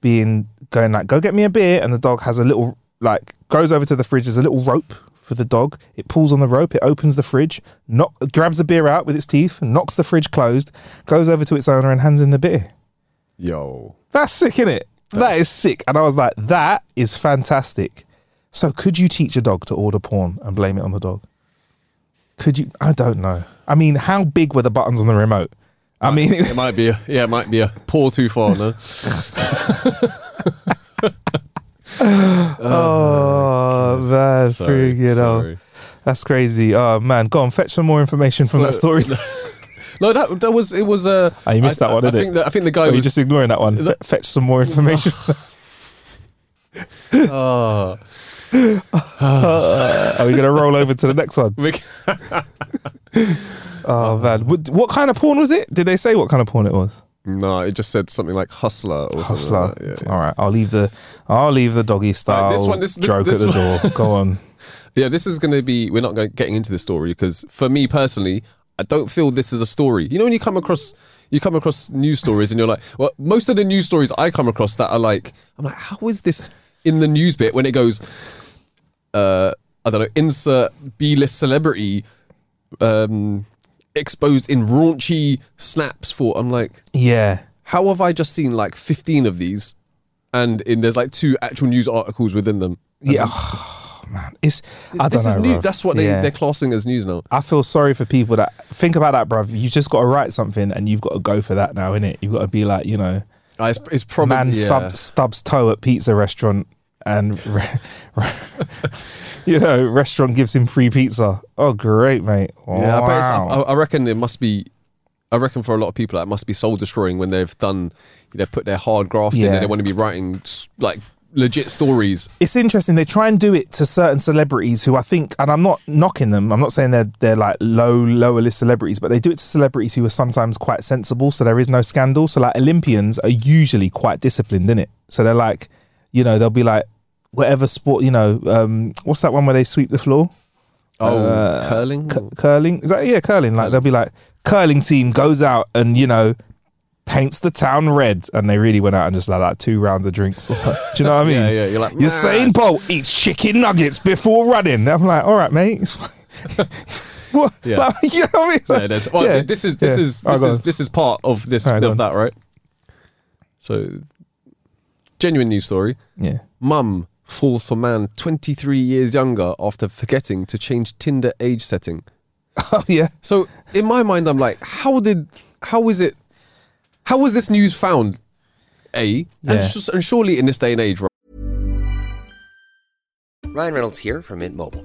Speaker 1: being going like, "Go get me a beer," and the dog has a little like goes over to the fridge. There's a little rope for the dog. It pulls on the rope. It opens the fridge, knock, grabs the beer out with its teeth, knocks the fridge closed, goes over to its owner and hands in the beer.
Speaker 2: Yo,
Speaker 1: That's sick, innit? it? That is sick. And I was like, that is fantastic. So could you teach a dog to order porn and blame it on the dog? Could you? I don't know. I mean, how big were the buttons on the remote? I mean,
Speaker 2: it might be a yeah, it might be a paw too far. No,
Speaker 1: oh, that's
Speaker 2: sorry,
Speaker 1: freaking hell.
Speaker 2: sorry.
Speaker 1: That's crazy. Oh, man. Go on, fetch some more information from
Speaker 2: So-
Speaker 1: that story.
Speaker 2: No, that that was it was uh,
Speaker 1: Oh, you missed
Speaker 2: I,
Speaker 1: that one,
Speaker 2: I,
Speaker 1: didn't
Speaker 2: think that, I think the guy
Speaker 1: Are you
Speaker 2: was
Speaker 1: just ignoring that one? Fe- fetch some more information. Are
Speaker 2: uh,
Speaker 1: we going to Oh, roll over to the next one?
Speaker 2: Rick-
Speaker 1: Oh, man. What, what kind of porn was it? Did they say what kind of porn it was?
Speaker 2: no, it just said something like hustler or
Speaker 1: Hustler.
Speaker 2: something like that. Yeah,
Speaker 1: All right, I'll leave the I'll leave the doggy style
Speaker 2: this one- this- this-
Speaker 1: joke
Speaker 2: this
Speaker 1: at the
Speaker 2: one-
Speaker 1: door. Go on.
Speaker 2: Yeah, this is going to be. We're not going, getting into this story because for me personally, I don't feel this is a story. You know, when you come across, you come across news stories, and you're like, well, most of the news stories I come across that are like, I'm like, how is this in the news bit when it goes, uh, I don't know, insert B-list celebrity, um, exposed in raunchy snaps for. I'm like,
Speaker 1: Yeah,
Speaker 2: how have I just seen like 15 of these, and in there's like two actual news articles within them.
Speaker 1: yeah. man, it's I don't
Speaker 2: this
Speaker 1: know.
Speaker 2: is new.
Speaker 1: bruv.
Speaker 2: That's what they,
Speaker 1: Yeah.
Speaker 2: they're classing as news now.
Speaker 1: I feel sorry for people that think about that, bruv. You just got to write something, and you've got to go for that now, innit? You've got to be like, you know,
Speaker 2: Uh, it's, it's probably
Speaker 1: man
Speaker 2: yeah.
Speaker 1: sub, stubs toe at pizza restaurant, and re- re- you know, restaurant gives him free pizza. Oh, great, mate!
Speaker 2: Yeah, I, bet it's-
Speaker 1: Wow.
Speaker 2: I, I reckon it must be. I reckon for a lot of people, that must be soul destroying when they've done, they put their hard graft in
Speaker 1: Yeah.
Speaker 2: and they want to be writing s- like legit stories.
Speaker 1: it's interesting they try and do it to certain celebrities who I think and I'm not knocking them I'm not saying they're they're like low lower list celebrities but they do it to celebrities who are sometimes quite sensible so there is no scandal so like Olympians are usually quite disciplined in it so they're like you know they'll be like whatever sport you know um what's that one where they sweep the floor
Speaker 2: Oh,
Speaker 1: Uh,
Speaker 2: curling.
Speaker 1: curling is that yeah curling like they'll be like curling team goes out and you know paints the town red, and they really went out and just had like two rounds of drinks. or something. Do you know what I mean?
Speaker 2: Yeah, yeah, you're like, "Nah."
Speaker 1: Usain Bolt eats chicken nuggets before running. I'm like, all right, mate. It's fine. what?
Speaker 2: Yeah.
Speaker 1: Like, you know what I mean?
Speaker 2: Yeah, there's, well,
Speaker 1: Yeah.
Speaker 2: this is this
Speaker 1: Yeah.
Speaker 2: is
Speaker 1: Oh,
Speaker 2: this
Speaker 1: go
Speaker 2: is
Speaker 1: on.
Speaker 2: this is part of this
Speaker 1: All right, go
Speaker 2: of
Speaker 1: on.
Speaker 2: that, right? So, genuine news story.
Speaker 1: yeah.
Speaker 2: Mum falls for man 23 years younger after forgetting to change Tinder age setting.
Speaker 1: Oh yeah.
Speaker 2: So in my mind, I'm like, how did, how is it, how was this news found? A
Speaker 1: Yeah.
Speaker 2: and, sh- and surely in this day and age, right?
Speaker 3: Ryan Reynolds here from Mint Mobile.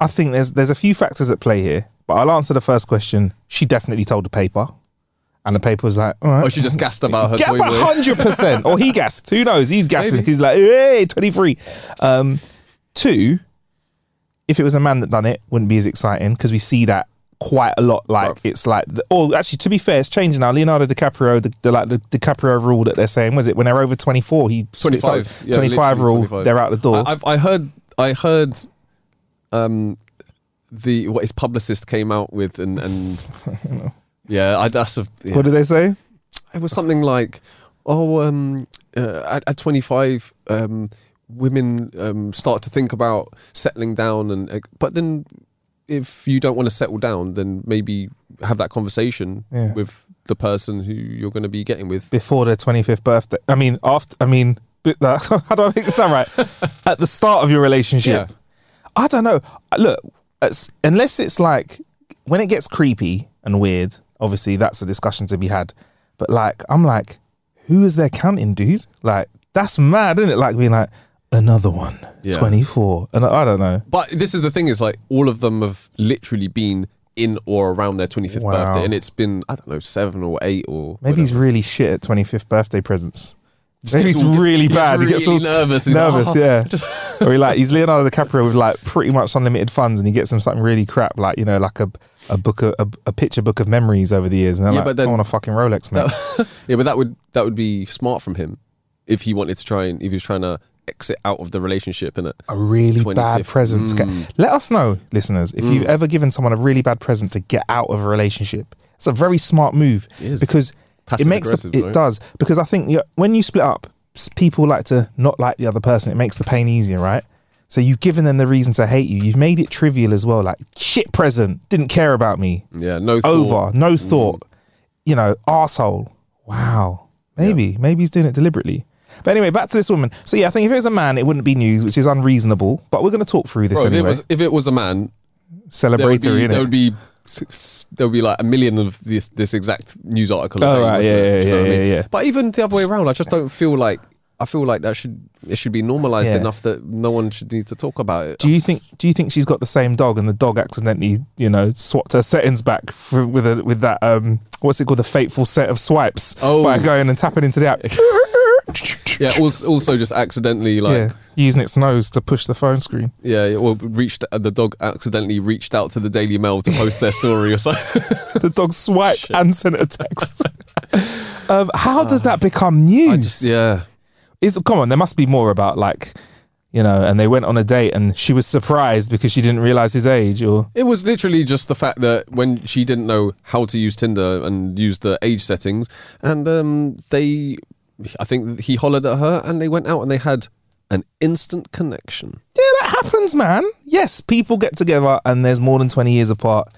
Speaker 1: I think there's there's a few factors at play here, but I'll answer the first question. She definitely told the paper, and the paper was like, all right.
Speaker 2: Or Oh, she just gassed about her toy boy.
Speaker 1: hundred percent, or he gassed. Who knows? He's gassing.
Speaker 2: Maybe.
Speaker 1: He's like, hey, twenty three. Um, two. If it was a man that done it, wouldn't be as exciting because we see that quite a lot. Like
Speaker 2: Right.
Speaker 1: it's like, the, or actually, to be fair, it's changing now. Leonardo DiCaprio, the, the like the DiCaprio rule that they're saying was it when they're over twenty four, he
Speaker 2: 25 yeah,
Speaker 1: 25
Speaker 2: literally
Speaker 1: rule,
Speaker 2: 25.
Speaker 1: they're out the door.
Speaker 2: I, I've, I heard I heard um the what his publicist came out with and and yeah I that's a yeah.
Speaker 1: What do they say?
Speaker 2: it was something like oh um uh, at, at 25 um women um start to think about settling down and uh, but then if you don't want to settle down then maybe have that conversation
Speaker 1: Yeah.
Speaker 2: with the person who you're going to be getting with
Speaker 1: before their 25th birthday. I mean, after, I mean, bit- uh, how do I make this sound right? At the start of your relationship.
Speaker 2: Yeah.
Speaker 1: I don't know. Look, it's, unless it's like when it gets creepy and weird, obviously that's a discussion to be had. But like, I'm like, who is their counting, dude? Like, that's mad, isn't it? Like being like, another one,
Speaker 2: Yeah.
Speaker 1: 24. And I I don't know.
Speaker 2: But this is the thing is like all of them have literally been in or around their 25th
Speaker 1: Wow.
Speaker 2: birthday and it's been I don't know 7 or 8 or
Speaker 1: Maybe he's
Speaker 2: whatever.
Speaker 1: really shit at 25th birthday presents.
Speaker 2: Just
Speaker 1: Maybe
Speaker 2: gets
Speaker 1: he's
Speaker 2: all- just
Speaker 1: really
Speaker 2: gets
Speaker 1: bad. he gets all
Speaker 2: really nervous. He's like,
Speaker 1: nervous,
Speaker 2: "Oh."
Speaker 1: yeah.
Speaker 2: Just-
Speaker 1: or he like he's Leonardo DiCaprio with like pretty much unlimited funds, and he gets him something really crap, like you know, like a a book of, a, a picture book of memories over the years. And they're
Speaker 2: Yeah,
Speaker 1: like,
Speaker 2: but then-
Speaker 1: I want a fucking Rolex, mate.
Speaker 2: yeah, but that would that would be smart from him if he wanted to try and if he was trying to exit out of the relationship and
Speaker 1: a really
Speaker 2: 25th.
Speaker 1: bad present. To
Speaker 2: Mm.
Speaker 1: get. Let us know, listeners, if you've ever given someone a really bad present to get out of a relationship. It's a very smart move
Speaker 2: is.
Speaker 1: because it
Speaker 2: Passive
Speaker 1: makes the,
Speaker 2: aggressive,
Speaker 1: it
Speaker 2: right?
Speaker 1: does because I think you know, when you split up, s- people like to not like the other person. It makes the pain easier, right? So you've given them the reason to hate you. You've made it trivial as well, like shit present, didn't care about me.
Speaker 2: yeah, no thought. Mm.
Speaker 1: Over, no thought. You know, asshole. Wow. Maybe, maybe he's doing it deliberately. But anyway, back to this woman. So yeah, I think if it was a man, it wouldn't be news, which is unreasonable. But we're going to talk through this
Speaker 2: Bro, if
Speaker 1: anyway.
Speaker 2: it was if it was a man, there would be,
Speaker 1: Celebratory,
Speaker 2: there would
Speaker 1: innit?
Speaker 2: be there would be like a million of this this exact news article.
Speaker 1: Oh,
Speaker 2: a day,
Speaker 1: right,
Speaker 2: wouldn't
Speaker 1: yeah,
Speaker 2: there? Do
Speaker 1: yeah,
Speaker 2: you know what I
Speaker 1: yeah,
Speaker 2: mean?
Speaker 1: yeah, yeah.
Speaker 2: But even the other way around, I just don't feel like I feel like that should it should be normalized
Speaker 1: Yeah.
Speaker 2: enough that no one should need to talk about it.
Speaker 1: Do you
Speaker 2: That's-
Speaker 1: think? Do you think she's got the same dog, and the dog accidentally, you know, swapped her settings back for, with a, with that um, what's it called, the fateful set of swipes
Speaker 2: Oh.
Speaker 1: by going and tapping into the app?
Speaker 2: yeah, also, also just accidentally like
Speaker 1: yeah, using its nose to push the phone screen.
Speaker 2: yeah, yeah, well reached uh, the dog accidentally reached out to the Daily Mail to post their story or something.
Speaker 1: The dog swiped and sent a text. um, how does that become news?
Speaker 2: yeah,
Speaker 1: Is come on, there must be more about like, you know, and they went on a date and she was surprised because she didn't realize his age or
Speaker 2: It was literally just the fact that when she didn't know how to use Tinder and use the age settings, and um, they, I think he hollered at her, and they went out and they had an instant connection.
Speaker 1: Yeah, that happens, man. Yes, people get together and there's more than 20 years apart.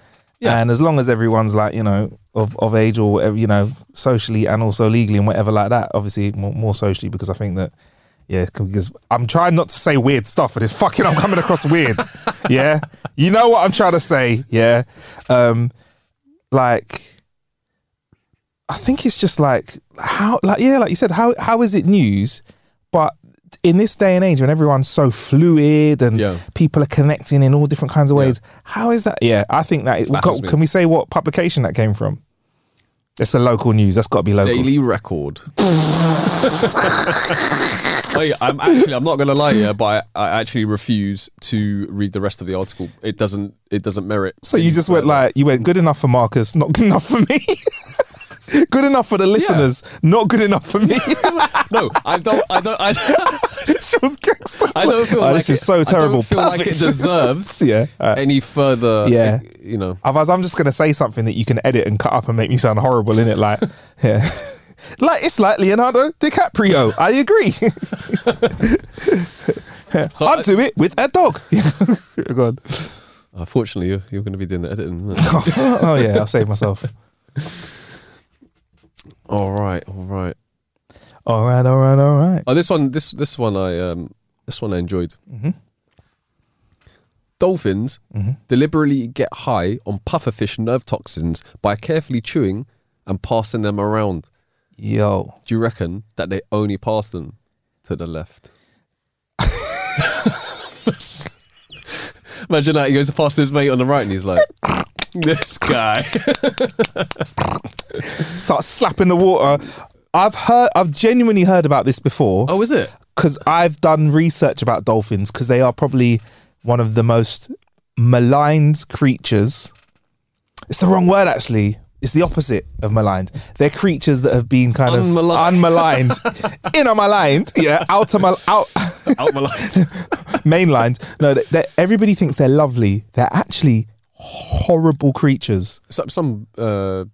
Speaker 2: Yeah.
Speaker 1: And as long as everyone's like, you know, of, of age or whatever, you know, socially and also legally and whatever like that, obviously more, more socially because I think that, yeah, c- because I'm trying not to say weird stuff, but it's fucking, I'm coming across weird. yeah. You know what I'm trying to say. Yeah. Um, like, I think it's just like how, like yeah, like you said, how how is it news? But in this day and age, when everyone's so fluid and
Speaker 2: Yeah.
Speaker 1: people are connecting in all different kinds of ways, how is that? Yeah, I think that.
Speaker 2: Baffles
Speaker 1: can,
Speaker 2: me.
Speaker 1: can we say what publication that came from? It's a local news. That's got to be local.
Speaker 2: Daily record. Hey, I'm actually, I'm not going to lie here, but I, I actually refuse to read the rest of the article. It doesn't, it doesn't merit.
Speaker 1: So you
Speaker 2: any
Speaker 1: just went
Speaker 2: further.
Speaker 1: like you went good enough for Marcus, not good enough for me. good enough for the listeners, not good enough for me.
Speaker 2: no, I don't, I don't, I.
Speaker 1: She was gangster.
Speaker 2: I don't feel
Speaker 1: Oh,
Speaker 2: like
Speaker 1: this
Speaker 2: it,
Speaker 1: is so
Speaker 2: I
Speaker 1: terrible.
Speaker 2: don't feel like it
Speaker 1: Perfect.
Speaker 2: deserves
Speaker 1: yeah. all right.
Speaker 2: Uh, any further.
Speaker 1: Yeah.
Speaker 2: eh, you know.
Speaker 1: Otherwise, I'm just going to say something that you can edit and cut up and make me sound horrible in it. Like, yeah, like it's like Leonardo DiCaprio. I agree.
Speaker 2: So
Speaker 1: I'd
Speaker 2: I-
Speaker 1: do it with a dog. Go on.
Speaker 2: Unfortunately, you're, you're going to be doing the editing. isn't it?
Speaker 1: Oh yeah, I'll save myself.
Speaker 2: all right, all right.
Speaker 1: All right, all right, all right.
Speaker 2: Oh, this one, this this one, I um, this one I enjoyed. Dolphins deliberately get high on pufferfish nerve toxins by carefully chewing and passing them around.
Speaker 1: Yo,
Speaker 2: Do you reckon that they only pass them to the left? Imagine that he goes to pass his mate on the right, and he's like, "This guy."
Speaker 1: start slapping the water. I've heard. I've genuinely heard about this before.
Speaker 2: Oh, is it?
Speaker 1: because I've done research about dolphins because they are probably one of the most maligned creatures. It's the wrong word, actually. It's the opposite of maligned. They're creatures that have been kind
Speaker 2: Unmaligned.
Speaker 1: of unmaligned, inner maligned, yeah, outer mal- out
Speaker 2: Out my life.
Speaker 1: mainlined. No, they- they're, everybody thinks they're lovely. They're actually horrible creatures,
Speaker 2: some some uh,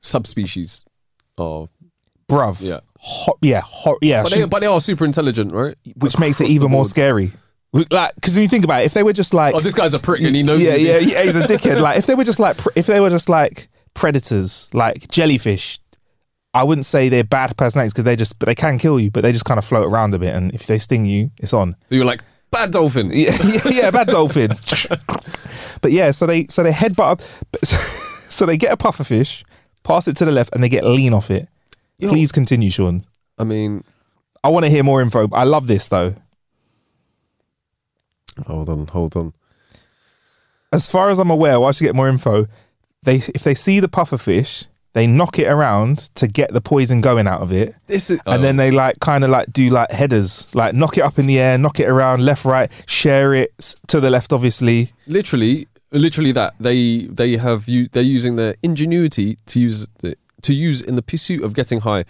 Speaker 2: subspecies are
Speaker 1: bruv.
Speaker 2: Yeah.
Speaker 1: Ho- yeah, hor- yeah.
Speaker 2: but
Speaker 1: should-
Speaker 2: they, but they are super intelligent, right?
Speaker 1: which makes it
Speaker 2: Across the
Speaker 1: even more
Speaker 2: board.
Speaker 1: scary. Like, because when you think about it, if they were just like,
Speaker 2: Oh, this guy's a prick and he knows.
Speaker 1: yeah,
Speaker 2: it.
Speaker 1: yeah, yeah, he's a dickhead. like, if they were just like, pr- if they were just like predators, like jellyfish, I wouldn't say they're bad personalities because they just, but they can kill you, but they just kind of float around a bit, and if they sting you, it's on.
Speaker 2: So you're like bad dolphin.
Speaker 1: Yeah, yeah, yeah, bad dolphin. but yeah, so they so they headbutt up, but- so they get a pufferfish, pass it to the left, and they get lean off it. Please continue, Sean.
Speaker 2: I mean,
Speaker 1: I want to hear more info. I love this though.
Speaker 2: hold on, hold on.
Speaker 1: as far as I'm aware, while you get more info, they if they see the pufferfish, they knock it around to get the poison going out of it.
Speaker 2: This is oh.
Speaker 1: And then they like kind of like do like headers, like knock it up in the air, knock it around, left, right, share it s- to the left, obviously.
Speaker 2: literally, literally that they they have you. They're using their ingenuity to use the, to use in the pursuit of getting high.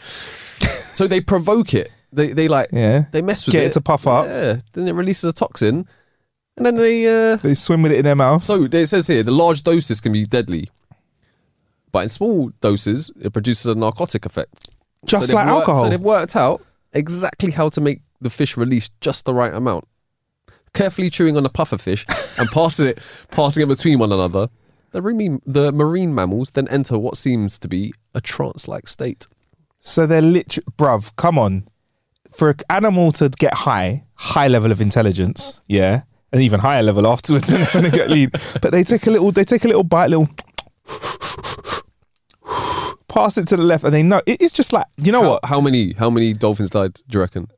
Speaker 2: so they provoke it. They they like
Speaker 1: Yeah.
Speaker 2: They mess with
Speaker 1: Get
Speaker 2: it
Speaker 1: it to puff up.
Speaker 2: Yeah. Then it releases a toxin, and then they uh,
Speaker 1: They swim with it in their mouth.
Speaker 2: So it says here the large doses can be deadly, but in small doses it produces a narcotic effect.
Speaker 1: Just
Speaker 2: they've
Speaker 1: like
Speaker 2: worked-
Speaker 1: alcohol.
Speaker 2: So they've worked out exactly how to make the fish release just the right amount. Carefully chewing on a puffer fish and passing it, passing it between one another. The marine, the marine mammals then enter what seems to be a trance-like state.
Speaker 1: So they're literally, bruv, come on. For an animal to get high, high level of intelligence, yeah, and even higher level afterwards, and then they get lean. But they take a little, they take a little bite, little, pass it to the left, and they know it is just like, you know
Speaker 2: How,
Speaker 1: what?
Speaker 2: how many? How many dolphins died? Do you reckon?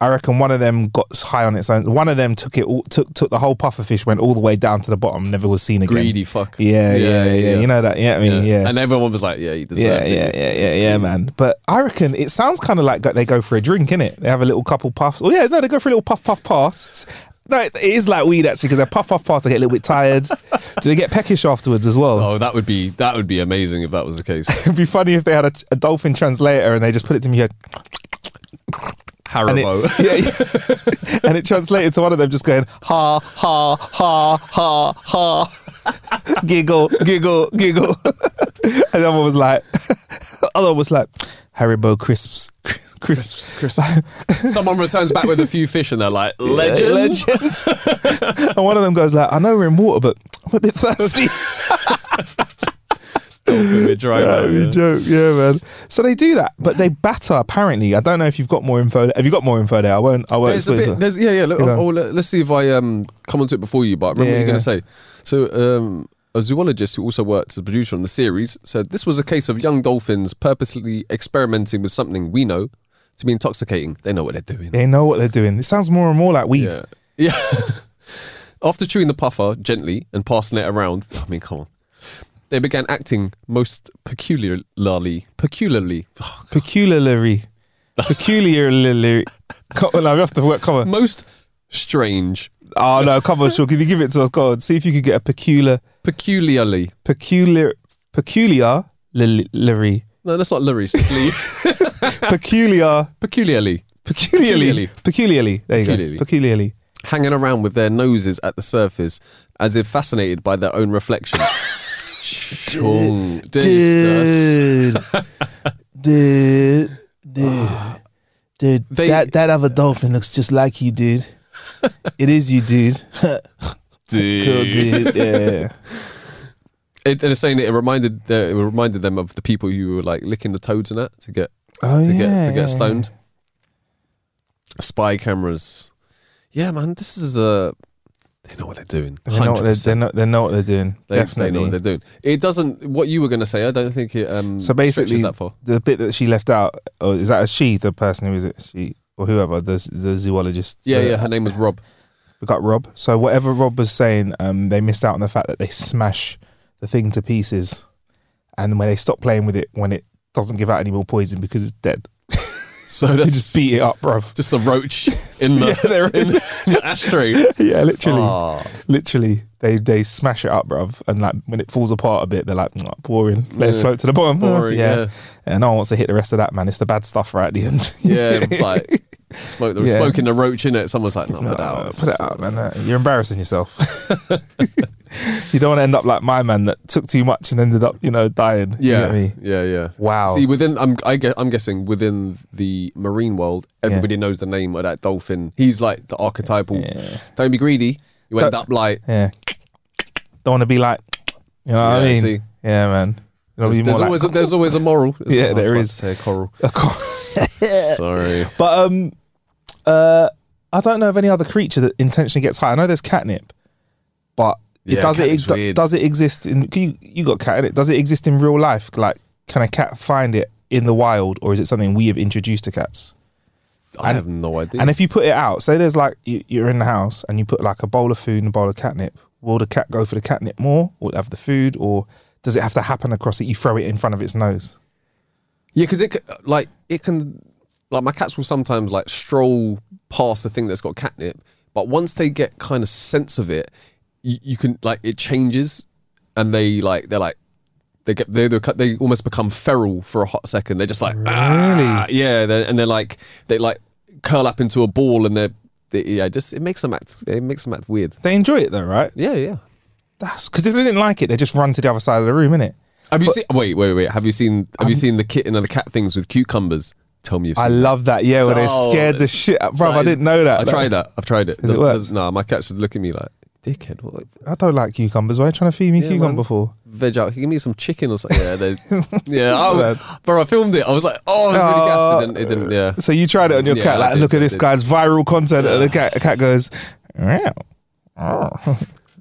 Speaker 1: I reckon one of them got high on its own. One of them took it, all, took took the whole puffer fish, went all the way down to the bottom, never was seen again.
Speaker 2: Greedy fuck.
Speaker 1: Yeah, yeah, yeah. You know that? Yeah, I mean, yeah.
Speaker 2: And everyone was like, yeah, you deserve
Speaker 1: yeah,
Speaker 2: it.
Speaker 1: yeah, yeah, yeah, yeah, man. But I reckon it sounds kind of like that they go for a drink, innit? They have a little couple puffs. Oh yeah, no, they go for a little puff, puff, pass. No, it it is like weed actually because they puff, puff, pass. They get a little bit tired. Do they get peckish afterwards as well?
Speaker 2: Oh, that would be that would be amazing if that was the case.
Speaker 1: It'd be funny if they had a, a dolphin translator and they just put it to me. And it, yeah,
Speaker 2: Haribo.
Speaker 1: yeah. and it translated to one of them just going ha ha ha ha ha, giggle giggle giggle, and the other one was like, other one was like Haribo crisps crisps crisps,
Speaker 2: Someone returns back with a few fish and they're like, legend.
Speaker 1: legends, and one of them goes like, I know we're in water, but I'm a bit thirsty.
Speaker 2: We're dry now,
Speaker 1: That'd be a
Speaker 2: yeah.
Speaker 1: joke, yeah, man. So they do that, but they batter. Apparently, I don't know if you've got more info. Have you got more info there? I won't. I won't.
Speaker 2: There's a
Speaker 1: spoil
Speaker 2: bit,
Speaker 1: it.
Speaker 2: there's, yeah, yeah. Look,
Speaker 1: Go
Speaker 2: oh,
Speaker 1: on.
Speaker 2: let, us see if I um, come onto it before you, but I remember
Speaker 1: Yeah,
Speaker 2: what you're
Speaker 1: yeah.
Speaker 2: going to say. So, um, a zoologist who also worked as a producer on the series said this was a case of young dolphins purposely experimenting with something we know to be intoxicating. They know what they're doing.
Speaker 1: They know what they're doing. It sounds more and more like weed.
Speaker 2: Yeah. Yeah. After chewing the puffer gently and passing it around, I mean, come on. They began acting most peculiarly, peculiarly,
Speaker 1: Peculiarly, peculiarly. Co- no, we have to work cover.
Speaker 2: most strange,
Speaker 1: Oh no, cover. Sure, can you give it to us? Go on. See if you could get a peculiar,
Speaker 2: peculiarly.
Speaker 1: peculiar, peculiar, lily,
Speaker 2: No, that's not Lurie's.
Speaker 1: peculiar,
Speaker 2: peculiarly.
Speaker 1: peculiarly, peculiarly. There you
Speaker 2: Peculiarly.
Speaker 1: go. Peculiarly.
Speaker 2: hanging around with their noses at the surface as if fascinated by their own reflection. Tongue distance.
Speaker 1: dude, dude, dude.
Speaker 2: They-
Speaker 1: that that other dolphin looks just like you, dude. it is you, dude. Cool, dude. Yeah.
Speaker 2: It, and it's saying that it reminded the- it reminded them of the people who were like licking the toads and that to get
Speaker 1: Oh,
Speaker 2: to
Speaker 1: yeah,
Speaker 2: get to
Speaker 1: yeah,
Speaker 2: get stoned. Spy cameras. Yeah, man, this is a. They know what they're doing.
Speaker 1: They know, what they're,
Speaker 2: 100%.
Speaker 1: they, know, they know what they're doing.
Speaker 2: They- they
Speaker 1: Definitely.
Speaker 2: know what they're doing. It doesn't. What you were going to say, I don't think it. Um,
Speaker 1: so basically,
Speaker 2: stretches that far.
Speaker 1: the bit that she left out, or is that a she, the person who is it? She or whoever, the, the zoologist.
Speaker 2: Yeah,
Speaker 1: the-
Speaker 2: yeah. Her name was Rob.
Speaker 1: We got Rob. So whatever Rob was saying, um, they missed out on the fact that they smash the thing to pieces, and when they stop playing with it, when it doesn't give out any more poison because it's dead,
Speaker 2: So
Speaker 1: they
Speaker 2: that's
Speaker 1: just beat it up, bruv.
Speaker 2: just the roach in the,
Speaker 1: they're
Speaker 2: in the ashtray.
Speaker 1: yeah, literally,
Speaker 2: Ah.
Speaker 1: literally, they they smash it up, bruv. And like when it falls apart a bit, they're like "Mwah, boring. Let
Speaker 2: Yeah.
Speaker 1: it float to the bottom.
Speaker 2: Boring, yeah.
Speaker 1: and no one wants to hit the rest of that, man. It's the bad stuff right at the end.
Speaker 2: Yeah, like smoke. They were
Speaker 1: Yeah.
Speaker 2: smoking the roach in it. Someone's like, no, put it
Speaker 1: Uh,
Speaker 2: out.
Speaker 1: Put it out, man. Uh, You're embarrassing yourself. you don't want to end up like my man that took too much and ended up, you know, dying. You
Speaker 2: Yeah,
Speaker 1: get me?
Speaker 2: yeah, yeah.
Speaker 1: Wow.
Speaker 2: See, within I'm I guess, I'm guessing within the marine world, everybody knows the name of that dolphin. He's like the archetypal. Don't be greedy. You end
Speaker 1: Don't-
Speaker 2: up like
Speaker 1: Yeah. Don't want to be like, you know what I
Speaker 2: Yeah, I
Speaker 1: mean?
Speaker 2: see.
Speaker 1: Yeah, man. You know,
Speaker 2: there's,
Speaker 1: be more
Speaker 2: there's
Speaker 1: like-
Speaker 2: always a, there's always a moral. There's-
Speaker 1: Yeah,
Speaker 2: I was
Speaker 1: there
Speaker 2: about to
Speaker 1: is.
Speaker 2: Say a coral.
Speaker 1: Of course.
Speaker 2: Sorry.
Speaker 1: but um, uh, I don't know of any other creature that intentionally gets high. I know there's catnip, but
Speaker 2: Yeah,
Speaker 1: it does it
Speaker 2: catnip's
Speaker 1: ex-
Speaker 2: weird.
Speaker 1: does it exist in? Can you, you got cat in it. Does it exist in real life? Like, can a cat find it in the wild, or is it something we have introduced to cats?
Speaker 2: I
Speaker 1: And-
Speaker 2: have no idea.
Speaker 1: And if you put it out, say there's like you, you're in the house and you put like a bowl of food and a bowl of catnip, will the cat go for the catnip more? Will it have the food, or does it have to happen across it? You throw it in front of its nose.
Speaker 2: Yeah, because it c- like it can like my cats will sometimes like stroll past the thing that's got catnip, but once they get kind of sense of it, you, you can like it changes, and they like they're like they get they they they almost become feral for a hot second. They're just like "Ah!" yeah, they're, and they're like they like curl up into a ball, and they're they, yeah, just it makes them act it makes them act weird.
Speaker 1: They enjoy it though, right?
Speaker 2: Yeah, yeah.
Speaker 1: That's because if they didn't like it, they just run to the other side of the room, innit?
Speaker 2: Have you seen? Wait, wait, wait. Have you seen? Have you seen the kitten and the cat things with cucumbers? Tell me you've seen.
Speaker 1: I
Speaker 2: that.
Speaker 1: love that. Yeah, when they
Speaker 2: Oh,
Speaker 1: scared the
Speaker 2: that's-
Speaker 1: shit out. Bruv,
Speaker 2: that
Speaker 1: I
Speaker 2: is-
Speaker 1: didn't know that.
Speaker 2: I tried that. I've tried it.
Speaker 1: Does it
Speaker 2: Doesn't-
Speaker 1: work?
Speaker 2: doesn't- No, my cat should look at me like, dickhead, what?
Speaker 1: I don't like cucumbers. Why are you trying to feed me
Speaker 2: Yeah,
Speaker 1: cucumber
Speaker 2: man.
Speaker 1: before?
Speaker 2: Veg out. Give me some chicken or something. Yeah, they- yeah.
Speaker 1: Man.
Speaker 2: I, bro, I filmed it. I was like, oh, I was really gassed.
Speaker 1: Oh.
Speaker 2: It didn't, it didn't, yeah.
Speaker 1: So you tried it on your
Speaker 2: Yeah,
Speaker 1: cat.
Speaker 2: I
Speaker 1: Like,
Speaker 2: did,
Speaker 1: look
Speaker 2: I
Speaker 1: at this
Speaker 2: did.
Speaker 1: guy's viral content. And the cat, the cat goes, meow. Oh.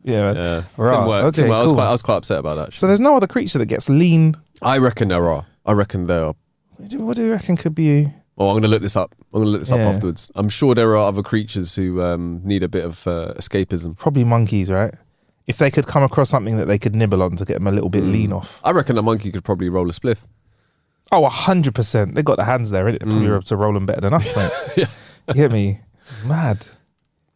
Speaker 1: yeah, man.
Speaker 2: Yeah.
Speaker 1: Right.
Speaker 2: Didn't work.
Speaker 1: Okay,
Speaker 2: didn't work. I, was
Speaker 1: cool.
Speaker 2: quite, I was quite upset about that.
Speaker 1: So there's no other creature that gets lean.
Speaker 2: I reckon there are. I reckon there are.
Speaker 1: What do you reckon could be
Speaker 2: Oh, I'm going to look this up. I'm going to look this
Speaker 1: Yeah.
Speaker 2: up afterwards. I'm sure there are other creatures who um, need a bit of uh, escapism.
Speaker 1: Probably monkeys, right? If they could come across something that they could nibble on to get them a little bit
Speaker 2: Hmm.
Speaker 1: lean off.
Speaker 2: I reckon a monkey could probably roll a spliff.
Speaker 1: Oh, 100%. They got the hands there, innit? They
Speaker 2: Hmm.
Speaker 1: probably able to roll them better than us, mate. You get me? Mad.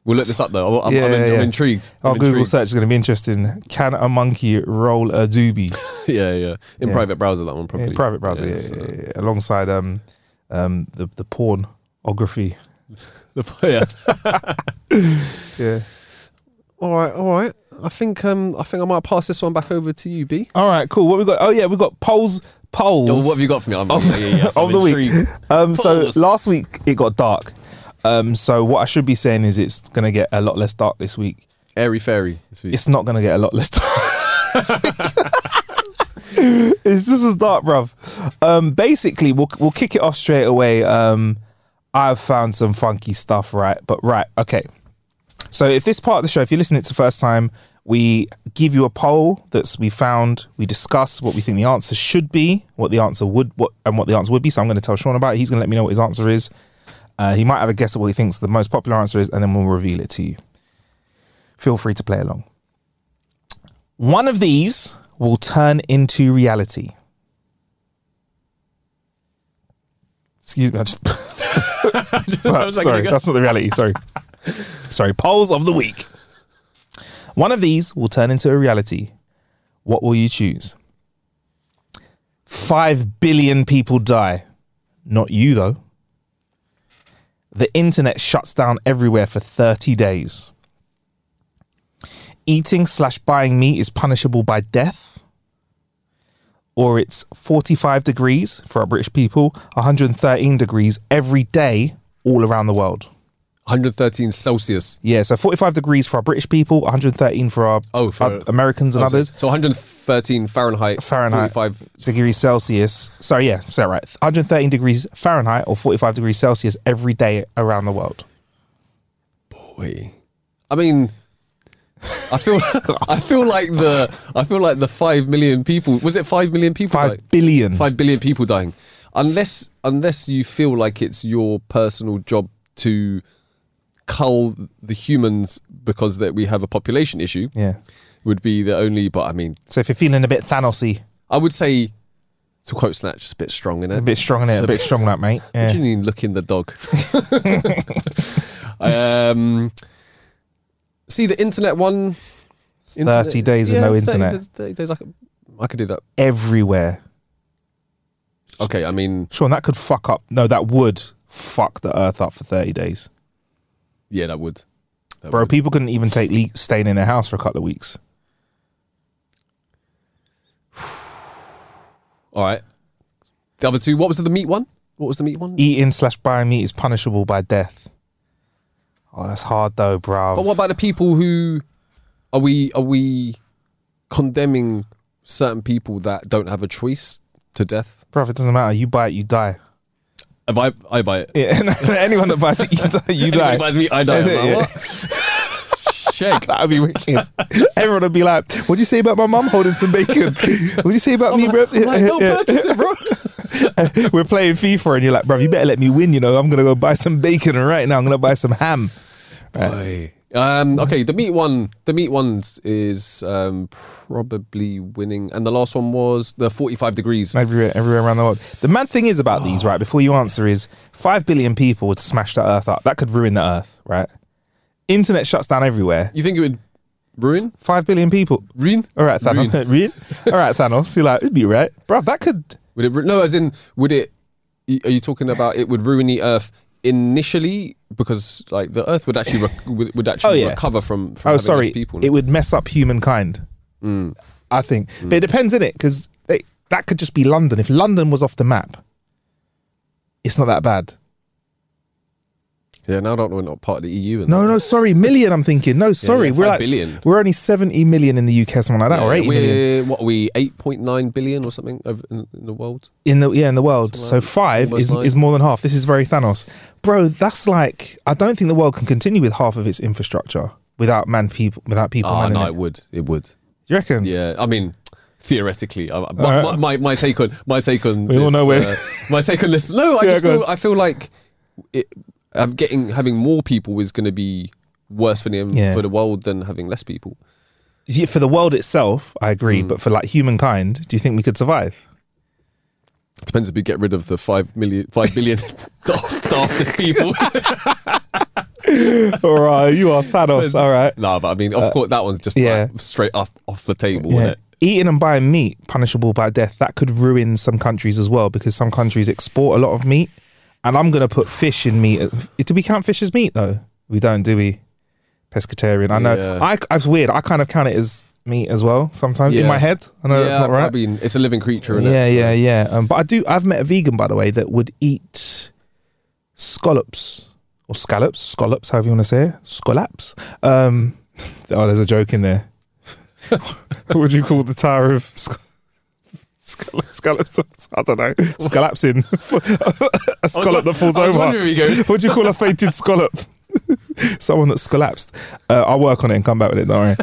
Speaker 2: We'll look this up though. I'm, I'm-
Speaker 1: Yeah,
Speaker 2: I'm, in-
Speaker 1: yeah,
Speaker 2: I'm
Speaker 1: yeah.
Speaker 2: intrigued.
Speaker 1: Our
Speaker 2: I'm
Speaker 1: Google
Speaker 2: intrigued.
Speaker 1: search is going to be interesting. Can a monkey roll a doobie?
Speaker 2: yeah, yeah. In
Speaker 1: Yeah.
Speaker 2: private browser, that one probably.
Speaker 1: Yeah, private browser, yeah,
Speaker 2: so-
Speaker 1: yeah, yeah, yeah. alongside um, um, the the pornography.
Speaker 2: yeah.
Speaker 1: Yeah.
Speaker 2: All right, all right. I think um, I think I might pass this one back over to you, B.
Speaker 1: All right, cool. What we got? Oh yeah, we got polls. Polls.
Speaker 2: Oh, what have you got for me? I'm,
Speaker 1: of,
Speaker 2: yeah, yeah, yes, I'm
Speaker 1: of the week.
Speaker 2: intrigued.
Speaker 1: Um, so
Speaker 2: Polls.
Speaker 1: last week it got dark. Um, so what I should be saying is it's gonna get a lot less dark this week.
Speaker 2: Airy fairy. This week.
Speaker 1: It's not gonna get a lot less dark. it's just as dark, bruv. Um, basically, we'll we'll kick it off straight away. Um, I've found some funky stuff, right? But right, okay. So if this part of the show, if you're listening to it the first time, we give you a poll that's we found, we discuss what we think the answer should be, what the answer would what and what the answer would be. So I'm gonna tell Sean about it. He's gonna let me know what his answer is. Uh, he might have a guess at what he thinks the most popular answer is, and then we'll reveal it to you. Feel free to play along. One of these will turn into reality. Excuse me, I just Right,
Speaker 2: was like,
Speaker 1: sorry,
Speaker 2: you go-
Speaker 1: that's not the reality. Sorry. sorry, polls of the week. One of these will turn into a reality. What will you choose? Five billion people die. Not you, though. The internet shuts down everywhere for 30 days. Eating slash buying meat is punishable by death. Or it's 45 degrees for our British people, 113 degrees every day all around the world.
Speaker 2: 113 Celsius.
Speaker 1: Yeah, so 45 degrees for our British people, 113 for our
Speaker 2: Oh, for
Speaker 1: our Americans and
Speaker 2: oh, so-
Speaker 1: others.
Speaker 2: So 113 Fahrenheit.
Speaker 1: Fahrenheit
Speaker 2: 45
Speaker 1: degrees Celsius. Sorry, yeah, is that right? 113 degrees Fahrenheit or 45 degrees Celsius every day around the world.
Speaker 2: Wait. I mean, I feel I feel like the I feel like the five million people was it five million people
Speaker 1: Five
Speaker 2: dying?
Speaker 1: billion.
Speaker 2: five billion people dying unless unless you feel like it's your personal job to cull the humans because that we have a population issue
Speaker 1: Yeah.
Speaker 2: would be the only but I mean
Speaker 1: So if you're feeling a bit Thanosy,
Speaker 2: I would say to quote snatch it's a bit strong in it
Speaker 1: a bit strong in it, a bit strong like mate.
Speaker 2: what do
Speaker 1: Yeah.
Speaker 2: you mean look in the dog? um, see the internet one.
Speaker 1: 30 days of no
Speaker 2: 30
Speaker 1: internet.
Speaker 2: days- 30 days, I could, I could do that.
Speaker 1: Everywhere.
Speaker 2: Okay, I mean,
Speaker 1: Sean, that could fuck up. No, that would fuck the earth up for 30 days.
Speaker 2: yeah, that would. That
Speaker 1: Bro,
Speaker 2: would.
Speaker 1: people couldn't even take le- staying in their house for a couple of weeks.
Speaker 2: All right. The other two. What was the meat one? What was the meat one?
Speaker 1: Eating slash buying meat is punishable by death. Oh, that's hard though, bruv.
Speaker 2: But what about the people who are we are we condemning certain people that don't have a choice to death?
Speaker 1: Bruv, it doesn't matter. You buy it, you die.
Speaker 2: If I I buy it.
Speaker 1: Yeah, anyone that buys it, you die. You
Speaker 2: Anybody
Speaker 1: die.
Speaker 2: buys me, I die.
Speaker 1: That's
Speaker 2: I'm
Speaker 1: it,
Speaker 2: like,
Speaker 1: yeah.
Speaker 2: what? Shag.
Speaker 1: That'd be wicked. Everyone would be like, "What'd you say about my mum holding some bacon? What'd you say about me, bro?"
Speaker 2: I'm like, don't purchase it, bro.
Speaker 1: We're playing FIFA, and you're like, "Bro, you better let me win." You know, I'm gonna go buy some bacon, and right now I'm gonna buy some ham.
Speaker 2: Um, okay, the meat one, the meat one is um, probably winning, and the last one was the forty-five degrees.
Speaker 1: everywhere, everywhere around the world. The mad thing is about these, right? Before you answer, is five billion people would smash the Earth up. That could ruin the Earth, right? Internet shuts down everywhere.
Speaker 2: You think it would ruin?
Speaker 1: Five billion people.
Speaker 2: Ruin?
Speaker 1: All right, Thanos.
Speaker 2: Ruin.
Speaker 1: Ruin? All right, Thanos. You're like, it'd be right, bruv. That could.
Speaker 2: Would it? ru- No, as in, would it? y- Are you talking about it would ruin the Earth initially because like the Earth would actually rec- would, would actually
Speaker 1: Oh, yeah.
Speaker 2: recover from, from
Speaker 1: Oh,
Speaker 2: having
Speaker 1: sorry.
Speaker 2: less people? Mm.
Speaker 1: It would mess up humankind. I think, but it depends, in it because that could just be London. If London was off the map, it's not that bad.
Speaker 2: yeah, now I don't know we're not part of the EU. And
Speaker 1: No, no, sorry, million. I'm thinking. No, sorry,
Speaker 2: yeah,
Speaker 1: we're
Speaker 2: five
Speaker 1: like
Speaker 2: billion.
Speaker 1: we're only seventy million in the UK, something like that,
Speaker 2: Yeah,
Speaker 1: or eighty million.
Speaker 2: we're, what are we? Eight point nine billion or something of- in, in the world.
Speaker 1: in the yeah in the world.
Speaker 2: So,
Speaker 1: So,
Speaker 2: like,
Speaker 1: five
Speaker 2: almost
Speaker 1: is
Speaker 2: like-
Speaker 1: is more than half. This is very Thanos, bro. That's like I don't think the world can continue with half of its infrastructure without man people without people.
Speaker 2: Ah,
Speaker 1: manning
Speaker 2: no,
Speaker 1: it.
Speaker 2: it would. It would.
Speaker 1: You reckon?
Speaker 2: Yeah, I mean, theoretically. Uh, My, my,
Speaker 1: right.
Speaker 2: my, my take on my take on
Speaker 1: We
Speaker 2: this,
Speaker 1: all know where-
Speaker 2: uh, my take on this. No, I
Speaker 1: Yeah,
Speaker 2: just
Speaker 1: go
Speaker 2: feel,
Speaker 1: on.
Speaker 2: I feel like it, I'm getting having more people is going to be worse for the
Speaker 1: Yeah.
Speaker 2: for the world than having less people.
Speaker 1: Yeah, for the world itself, I
Speaker 2: Mm.
Speaker 1: agree, but for like humankind, do you think we could survive?
Speaker 2: Depends if we get rid of the five million, five billion daft, daftest people.
Speaker 1: All right, you are Thanos. All right.
Speaker 2: no, but I mean, of course, that one's just
Speaker 1: Uh, yeah.
Speaker 2: like straight off off the table,
Speaker 1: Yeah.
Speaker 2: isn't it?
Speaker 1: Eating and buying meat punishable by death. That could ruin some countries as well because some countries export a lot of meat. And I'm gonna put fish in meat. Do we count fish as meat though? We don't, do we? Pescatarian. I know.
Speaker 2: Yeah.
Speaker 1: I. It's weird. I kind of count it as meat as well sometimes in
Speaker 2: Yeah.
Speaker 1: my head. I know that's
Speaker 2: Yeah,
Speaker 1: not
Speaker 2: I
Speaker 1: right.
Speaker 2: mean, it's a living creature, is
Speaker 1: yeah, yeah, yeah. Um, but I do. I've met a vegan, by the way, that would eat scallops or scallops, scallops, however you want to say it, scallops. Um, oh, there's a joke in there. what would you call the tower of sc- scal- scallops? I don't know. Scallops in a scallop that falls
Speaker 2: I was
Speaker 1: over.
Speaker 2: wondering where you go.
Speaker 1: What do you call a fainted scallop? Someone that's collapsed. Uh, I'll work on it and come back with it. Don't worry.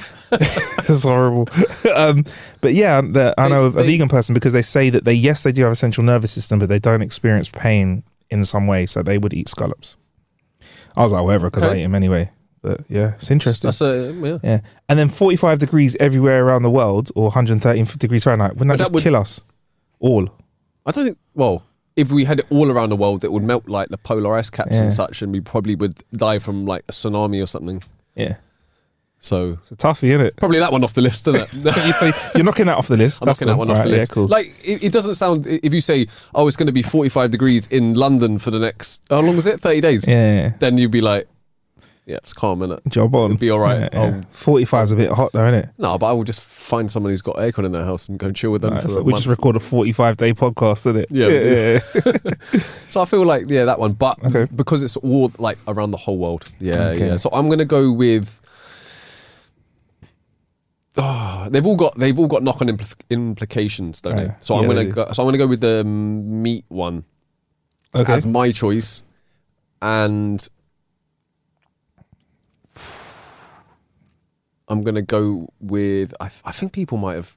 Speaker 1: it's horrible. Um, but yeah, the, I
Speaker 2: They-
Speaker 1: know a
Speaker 2: they-
Speaker 1: vegan person because they say that they yes they do have a central nervous system, but they don't experience pain in some way, so they would eat scallops. I was like, whatever, because I
Speaker 2: Okay.
Speaker 1: eat them anyway. But yeah, it's interesting.
Speaker 2: That's a yeah.
Speaker 1: yeah, and then forty-five degrees everywhere around the world, or one hundred thirteen degrees Fahrenheit. Wouldn't that,
Speaker 2: But that
Speaker 1: just
Speaker 2: would-
Speaker 1: kill us all?
Speaker 2: I don't think. Well, if we had it all around the world, it would melt like the polar ice caps
Speaker 1: Yeah.
Speaker 2: and such, and we probably would die from like a tsunami or something.
Speaker 1: Yeah,
Speaker 2: So
Speaker 1: it's a toughie, isn't it?
Speaker 2: probably that one off the list, isn't it?
Speaker 1: you say you're knocking that off the list.
Speaker 2: I'm
Speaker 1: That's
Speaker 2: knocking that
Speaker 1: cool.
Speaker 2: one off
Speaker 1: Alright,
Speaker 2: the list.
Speaker 1: Yeah, cool.
Speaker 2: Like it, it doesn't sound. i- If you say, "Oh, it's going to be 45 degrees in London for the next how long was it? 30 days."
Speaker 1: yeah, yeah.
Speaker 2: Then you'd be like, "Yeah, it's calm, innit?
Speaker 1: job on.
Speaker 2: It'd be all right.
Speaker 1: Yeah, yeah.
Speaker 2: I'll-
Speaker 1: 45's a bit hot though, isn't it?
Speaker 2: No, but I will just find someone who's got aircon in their house and go and chill with them for a
Speaker 1: we
Speaker 2: month.
Speaker 1: just record a 45 day podcast, didn't it?
Speaker 2: Yeah.
Speaker 1: yeah,
Speaker 2: So I feel like yeah, that one, but
Speaker 1: Okay.
Speaker 2: because it's all like around the whole world. Yeah,
Speaker 1: Okay.
Speaker 2: yeah. So I'm gonna go with. Oh, they've all got they've all got knock on impl- implications, don't they?
Speaker 1: Right.
Speaker 2: So
Speaker 1: Yeah,
Speaker 2: I'm gonna
Speaker 1: they do.
Speaker 2: go, so I'm gonna go with the meat one
Speaker 1: yeah. Okay.
Speaker 2: as my choice, and I'm gonna go with I, I think people might have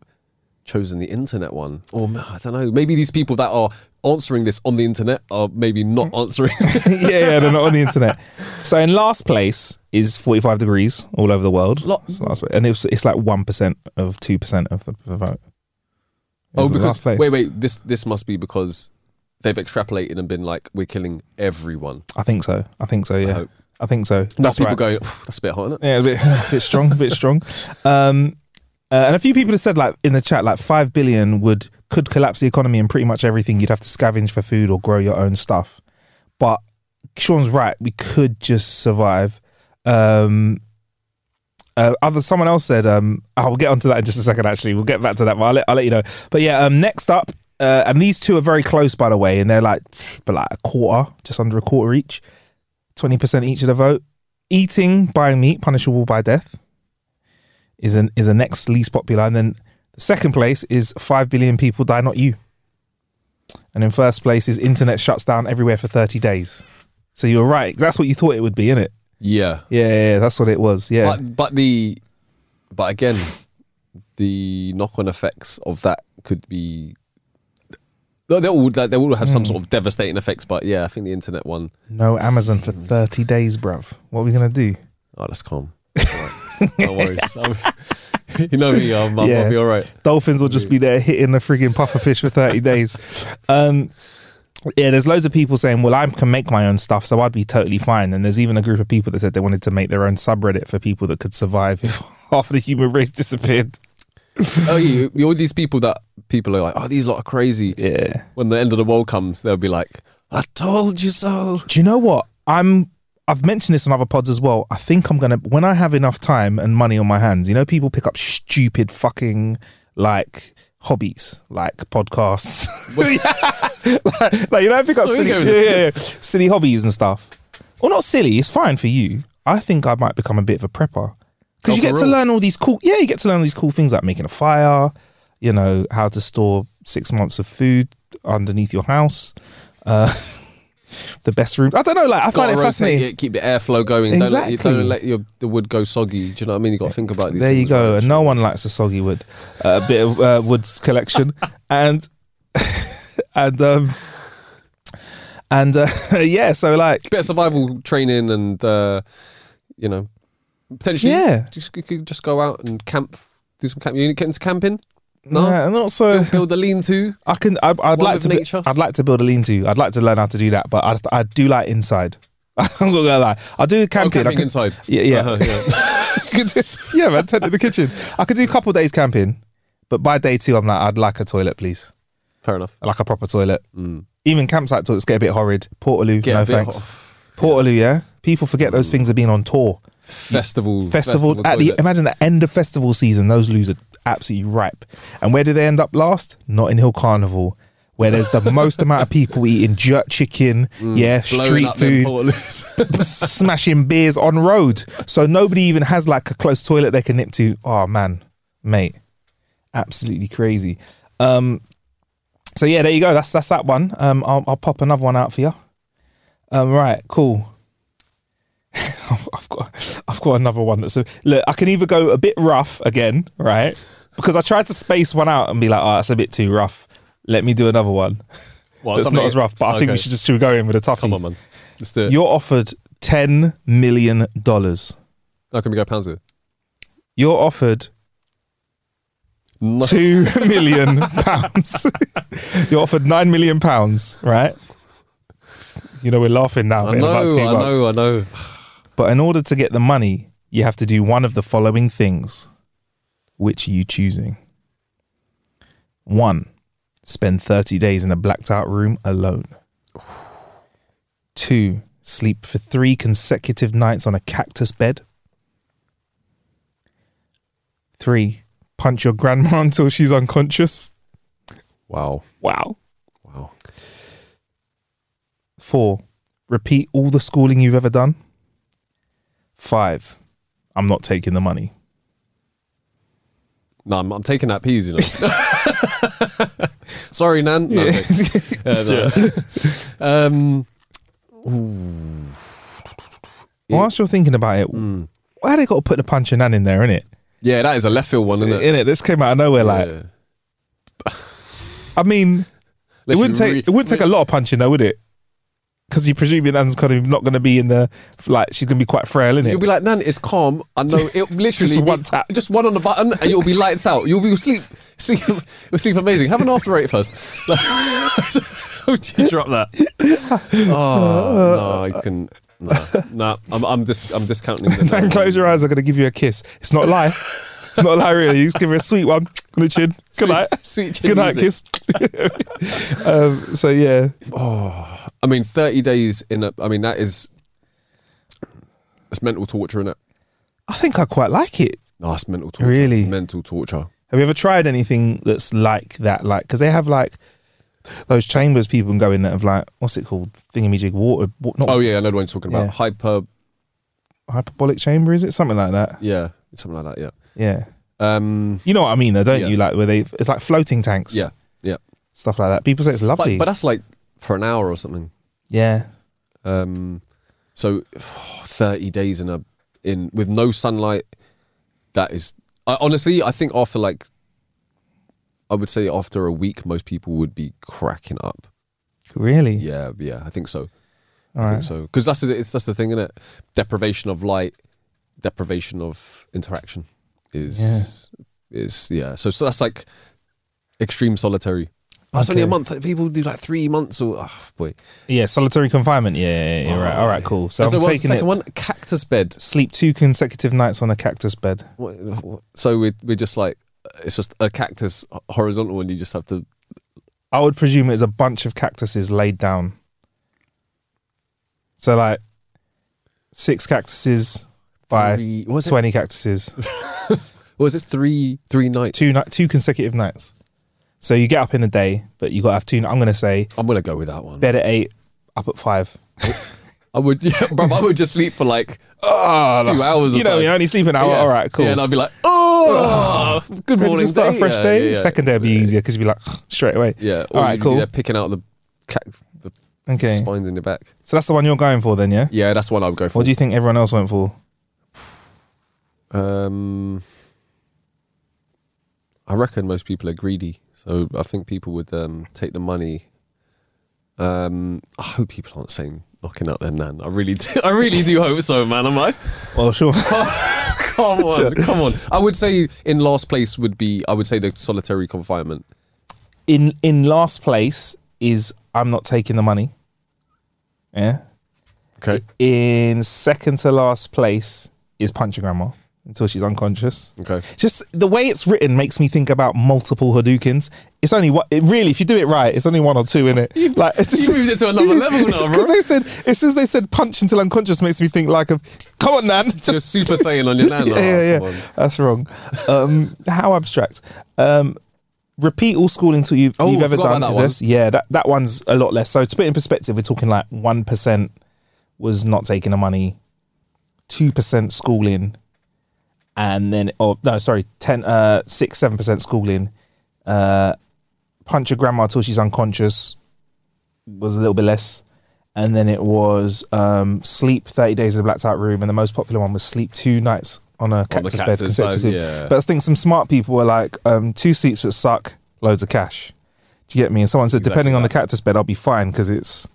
Speaker 2: chosen the internet one, or I don't know. Maybe these people that are answering this on the internet are maybe
Speaker 1: Hmm.
Speaker 2: not answering.
Speaker 1: yeah, yeah, they're not on the internet. So in last place is 45 degrees all over the world.
Speaker 2: Lot-
Speaker 1: It's last place. And it's it's like 1% of 2% of the, the vote.
Speaker 2: oh,
Speaker 1: It's the
Speaker 2: because
Speaker 1: last place.
Speaker 2: wait, wait. This this must be because they've extrapolated and been like, we're killing everyone.
Speaker 1: I think so. I think so, yeah.
Speaker 2: hope.
Speaker 1: I, think so.
Speaker 2: That's
Speaker 1: That's
Speaker 2: people
Speaker 1: right.
Speaker 2: going. "Phew, That's a bit hot, isn't it?
Speaker 1: Yeah, a bit, a bit strong, a bit strong. Um, uh, and a few people have said, like in the chat, like five billion would could collapse the economy and pretty much everything. You'd have to scavenge for food or grow your own stuff. But Sean's right; we could just survive. Um, uh, other someone else said, um, I will get onto that in just a second. Actually, we'll get back to that, but I'll let, I'll let you know. But yeah, um, next up, uh, and these two are very close, by the way, and they're like, but like a quarter, just under a quarter each, twenty percent each of the vote. Eating buying meat punishable by death is an is the next least popular, and then the second place is five billion people die, not you. And in first place is internet shuts down everywhere for thirty days. So you were right. That's what you thought it would be, innit?
Speaker 2: Yeah.
Speaker 1: Yeah, yeah, yeah, that's what it was. Yeah.
Speaker 2: But, but the, but again, the knock-on effects of that could be. No, They all they all have
Speaker 1: Hmm.
Speaker 2: some sort of devastating effects, but yeah, I think the internet one.
Speaker 1: No Amazon for 30 days, bruv. What are we going to do?
Speaker 2: Oh, that's calm. All right. no worries. I'm- you know me, I'm, I'm,
Speaker 1: Yeah.
Speaker 2: I'll be all right.
Speaker 1: Dolphins will just be there hitting the frigging puffer fish for 30 days. Um, yeah, there's loads of people saying, well, I can make my own stuff, so I'd be totally fine. And there's even a group of people that said they wanted to make their own subreddit for people that could survive if half of the human race disappeared.
Speaker 2: Oh, you, you all these people that people are like, oh, these lot are crazy.
Speaker 1: Yeah.
Speaker 2: When the end of the world comes, they'll be like, I told you so.
Speaker 1: Do you know what? I'm. I've mentioned this on other pods as well. I think I'm gonna when I have enough time and money on my hands. You know, people pick up stupid fucking like hobbies, like podcasts. like, like, you know, I pick up
Speaker 2: Where are
Speaker 1: silly,
Speaker 2: you going
Speaker 1: yeah,
Speaker 2: with this?
Speaker 1: yeah, yeah. silly hobbies and stuff. Well, not silly. It's fine for you. I think I might become a bit of a prepper because
Speaker 2: Oh,
Speaker 1: you get
Speaker 2: for
Speaker 1: to
Speaker 2: real?
Speaker 1: learn all these cool. Yeah, you get to learn all these cool things like making a fire. You know how to store six months of food underneath your house. the best room. I don't know. Like I
Speaker 2: Gotta
Speaker 1: find it
Speaker 2: rotate
Speaker 1: fascinating.
Speaker 2: it, keep the airflow going. Don't let,
Speaker 1: Exactly.
Speaker 2: don't let your the wood go soggy. Do you know what I mean? You got to think about these.
Speaker 1: There you
Speaker 2: things,
Speaker 1: go.
Speaker 2: right?
Speaker 1: And no one likes a soggy wood, a bit of uh, wood's collection, and and um and uh, yeah. So like
Speaker 2: bit of survival training and uh, you know potentially
Speaker 1: Yeah.
Speaker 2: just you could just go out and camp do some camp you get into camping
Speaker 1: no,
Speaker 2: no
Speaker 1: not so.
Speaker 2: build, build a lean to
Speaker 1: I can. I, I'd like
Speaker 2: with
Speaker 1: to. Be,
Speaker 2: nature.
Speaker 1: I'd like to build a lean-to. I'd like to learn how to do that, but I, I do like inside. I'm not gonna lie. I do camping.
Speaker 2: Oh, camping
Speaker 1: I can,
Speaker 2: inside
Speaker 1: Yeah, yeah.
Speaker 2: Uh-huh, yeah.
Speaker 1: Could do- yeah, man. Tent in the kitchen. I could do a couple days camping, but by day two, I'm like, I'd like a toilet, please.
Speaker 2: fair enough
Speaker 1: I like a proper toilet. Even campsite toilets get a bit horrid. Portaloo,
Speaker 2: Mm. Get a
Speaker 1: no
Speaker 2: bit
Speaker 1: thanks.
Speaker 2: hot.
Speaker 1: Portaloo, yeah. People forget those things have been on tour.
Speaker 2: festival
Speaker 1: Festival, at the,
Speaker 2: toilets.
Speaker 1: imagine the end of festival season, those loos are absolutely ripe. And where do they end up last? Notting Hill Carnival, where there's the most amount of people eating jerk chicken, yeah,
Speaker 2: Mm, Blowing
Speaker 1: street
Speaker 2: up them
Speaker 1: food,
Speaker 2: portaloos.
Speaker 1: smashing beers on road. So nobody even has like a close toilet they can nip to. Oh man, mate, absolutely crazy. Um, so yeah, there you go. That's that's that one. Um, I'll, I'll pop another one out for you. Um, right, cool. I've I've got I've got another one that's a, look. I can either go a bit rough again, right? Because I tried to space one out and be like, oh, that's a bit too rough. Let me do another one.
Speaker 2: Well,
Speaker 1: that's
Speaker 2: something-
Speaker 1: not as rough, but I think
Speaker 2: okay.
Speaker 1: we should just should we go in with a tough
Speaker 2: come
Speaker 1: one.
Speaker 2: on man let's do it
Speaker 1: You're offered ten million dollars.
Speaker 2: how can we go pounds here
Speaker 1: You're offered
Speaker 2: no.
Speaker 1: two million pounds. You're offered nine million pounds, right? You know we're laughing now.
Speaker 2: I
Speaker 1: in
Speaker 2: know,
Speaker 1: about two
Speaker 2: I
Speaker 1: bucks.
Speaker 2: know, I know.
Speaker 1: But in order to get the money, you have to do one of the following things. Which are you choosing? One, spend 30 days in a blacked out room alone. Two, sleep for three consecutive nights on a cactus bed. Three, punch your grandma until she's unconscious.
Speaker 2: Wow,
Speaker 1: Wow.
Speaker 2: wow.
Speaker 1: Four, repeat all the schooling you've ever done. Five, I'm not taking the money.
Speaker 2: No, I'm, I'm taking that peas, you know. Sorry, Nan. No, thanks. Yeah, no. um,
Speaker 1: Whilst you're thinking about it,
Speaker 2: Mm.
Speaker 1: why they got to put the punch and nan in there, innit?
Speaker 2: yeah, that is a left field one, isn't it?
Speaker 1: In it, this came out of nowhere. Like,
Speaker 2: Yeah.
Speaker 1: I mean, it wouldn't
Speaker 2: Literally
Speaker 1: take it wouldn't take a lot of punching though, would it? Because you presume your nan's kind of not going to be in the like she's going to be quite frail, innit?
Speaker 2: You'll be like, Nan, it's calm. I know it literally be-
Speaker 1: one tap.
Speaker 2: just one on the button, and you'll be lights out. You'll be you'll sleep, sleep, you'll sleep amazing. Have an after eight first. Like, would you drop that? Oh no, I can. No, no, I'm I'm, dis- I'm discounting. The
Speaker 1: Nan, close your eyes. I'm going to give you a kiss. It's not a lie. it's not a lie, really. You just give her a sweet one on the chin. Good
Speaker 2: Sweet-
Speaker 1: night.
Speaker 2: sweet chin
Speaker 1: Good night, kiss. um, so yeah,
Speaker 2: I mean, 30 days in a. I mean, that is. It's mental torture, isn't it?
Speaker 1: I think I quite like it.
Speaker 2: No, it's mental torture.
Speaker 1: Really?
Speaker 2: Mental torture.
Speaker 1: Have you ever tried anything that's like that? Like, because they have like those chambers people can go in that have like what's it called? Thingamajig water, wa- not
Speaker 2: Oh, yeah, I know the one you're talking about.
Speaker 1: Yeah.
Speaker 2: Hyper.
Speaker 1: hyperbolic chamber, is it something like that?
Speaker 2: Yeah, something like that, yeah.
Speaker 1: Yeah,
Speaker 2: Um,
Speaker 1: you know what I mean, though, don't
Speaker 2: Yeah.
Speaker 1: you? Like where they, it's like floating tanks,
Speaker 2: yeah, yeah.
Speaker 1: stuff like that. People say it's lovely,
Speaker 2: But, but that's like for an hour or something.
Speaker 1: yeah,
Speaker 2: Um, so 30 days in a in with no sunlight that is I, honestly I think after like I would say after a week most people would be cracking up.
Speaker 1: really,
Speaker 2: Yeah, yeah, I think so.
Speaker 1: All
Speaker 2: I
Speaker 1: right.
Speaker 2: think so because that's the- it's that's the thing, is it? Deprivation of light, deprivation of interaction is is yeah. So so that's like extreme solitary. That's only a
Speaker 1: Okay.
Speaker 2: month. People do like three months or oh boy.
Speaker 1: yeah, solitary confinement, yeah, yeah, yeah, right, all right, cool. So
Speaker 2: And
Speaker 1: I'm
Speaker 2: what's the
Speaker 1: taking
Speaker 2: second
Speaker 1: it.
Speaker 2: one? Cactus bed.
Speaker 1: Sleep two consecutive nights on a cactus bed.
Speaker 2: What- what- So we we're just like it's just a cactus horizontal, and you just have to.
Speaker 1: I would presume it's a bunch of cactuses laid down. So like six cactuses by
Speaker 2: Three- was it-
Speaker 1: twenty cactuses,
Speaker 2: What is this? Three three nights.
Speaker 1: two ni- two consecutive nights. So you get up in the day, but you got to have two. I'm gonna say
Speaker 2: I'm gonna go with that one.
Speaker 1: bed at eight, up at five.
Speaker 2: I would, yeah, bro. I would just sleep for like ah two hours. Or
Speaker 1: You know,
Speaker 2: something.
Speaker 1: you only sleep an hour.
Speaker 2: Yeah.
Speaker 1: All right, cool.
Speaker 2: Yeah, and I'd be like, oh, good
Speaker 1: Ready to
Speaker 2: morning.
Speaker 1: start
Speaker 2: day."
Speaker 1: a fresh
Speaker 2: Yeah,
Speaker 1: day.
Speaker 2: yeah, yeah.
Speaker 1: Second day would be easier because you'd be like straight away.
Speaker 2: Yeah.
Speaker 1: All right,
Speaker 2: you'd be
Speaker 1: cool.
Speaker 2: there picking out the, ca- the
Speaker 1: Okay.
Speaker 2: Spines in the back.
Speaker 1: So that's the one you're going for then, yeah?
Speaker 2: Yeah, that's what I would go for.
Speaker 1: What do you think everyone else went for?
Speaker 2: Um, I reckon most people are greedy, so I think people would um, take the money. Um, I hope people aren't saying knocking out their nan. I really, do, I really do hope so, man. Am I?
Speaker 1: Well, sure.
Speaker 2: Come on, come on. I would say in last place would be. I would say the solitary confinement.
Speaker 1: in in last place is I'm not taking the money. Yeah.
Speaker 2: Okay.
Speaker 1: In second to last place is punch your grandma until she's unconscious.
Speaker 2: Okay.
Speaker 1: Just the way it's written makes me think about multiple Hadoukens. It's only one. It really, if you do it right, it's only one or two in it. Like it's just,
Speaker 2: you've moved it to another level now, bro.
Speaker 1: Because they said as soon as they said punch until unconscious makes me think like of come on, Nan,
Speaker 2: Just, super saiyan on your nan.
Speaker 1: yeah,
Speaker 2: Oh,
Speaker 1: yeah,
Speaker 2: come on.
Speaker 1: yeah. That's wrong. Um, how abstract. Um, repeat all school until you've,
Speaker 2: Oh,
Speaker 1: you've
Speaker 2: I
Speaker 1: ever
Speaker 2: forgot
Speaker 1: done.
Speaker 2: about
Speaker 1: is
Speaker 2: that
Speaker 1: this- Yeah, that, that one's a lot less. So to put it in perspective, we're talking like 1% was not taking the money, 2% schooling, and then, oh, no, sorry, 10, uh, 6, 7% schooling. Uh, punch your grandma till she's unconscious was a little bit less. And then it was um, sleep 30 days in a blacked out room. And the most popular one was sleep two nights on a cactus, bed
Speaker 2: cactus side,
Speaker 1: consecutive.
Speaker 2: yeah.
Speaker 1: But I think some smart people were like, um, two sleeps that suck, loads of cash. Do you get me? And someone said, depending on the cactus bed, I'll be fine because it's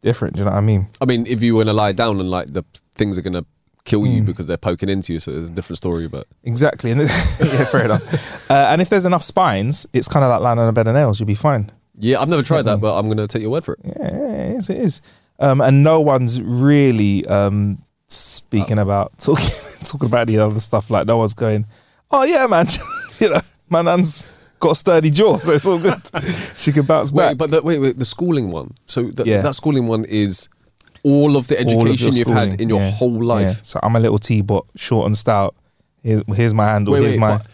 Speaker 1: different. Do you know what I mean?
Speaker 2: I mean, if you were to lie down and like the things are gonna kill you
Speaker 1: Mm.
Speaker 2: because they're poking into you, so it's a different story. But
Speaker 1: Exactly. And yeah, fair enough. Uh, and if there's enough spines, it's kind of like lying on a bed of nails. You'll be fine.
Speaker 2: yeah, I've never tried that, but I'm gonna take your word for it.
Speaker 1: Mm-hmm. Yeah, yes, it is. Um, and no one's really um,
Speaker 2: Oh.
Speaker 1: speaking about talking talking about the other stuff. Like no one's going, "Oh yeah, man, you know, my nan's got a sturdy jaw, so it's all good. she can bounce
Speaker 2: Wait,
Speaker 1: back."
Speaker 2: but the, wait, wait, the schooling one. So th-
Speaker 1: Yeah.
Speaker 2: that schooling one is all of the
Speaker 1: All of your
Speaker 2: education you've had
Speaker 1: schooling,
Speaker 2: in your
Speaker 1: yeah,
Speaker 2: whole
Speaker 1: yeah.
Speaker 2: life.
Speaker 1: So I'm a little T-bot, short and stout. Here's, here's my handle.
Speaker 2: Wait,
Speaker 1: here's
Speaker 2: wait,
Speaker 1: my.
Speaker 2: but-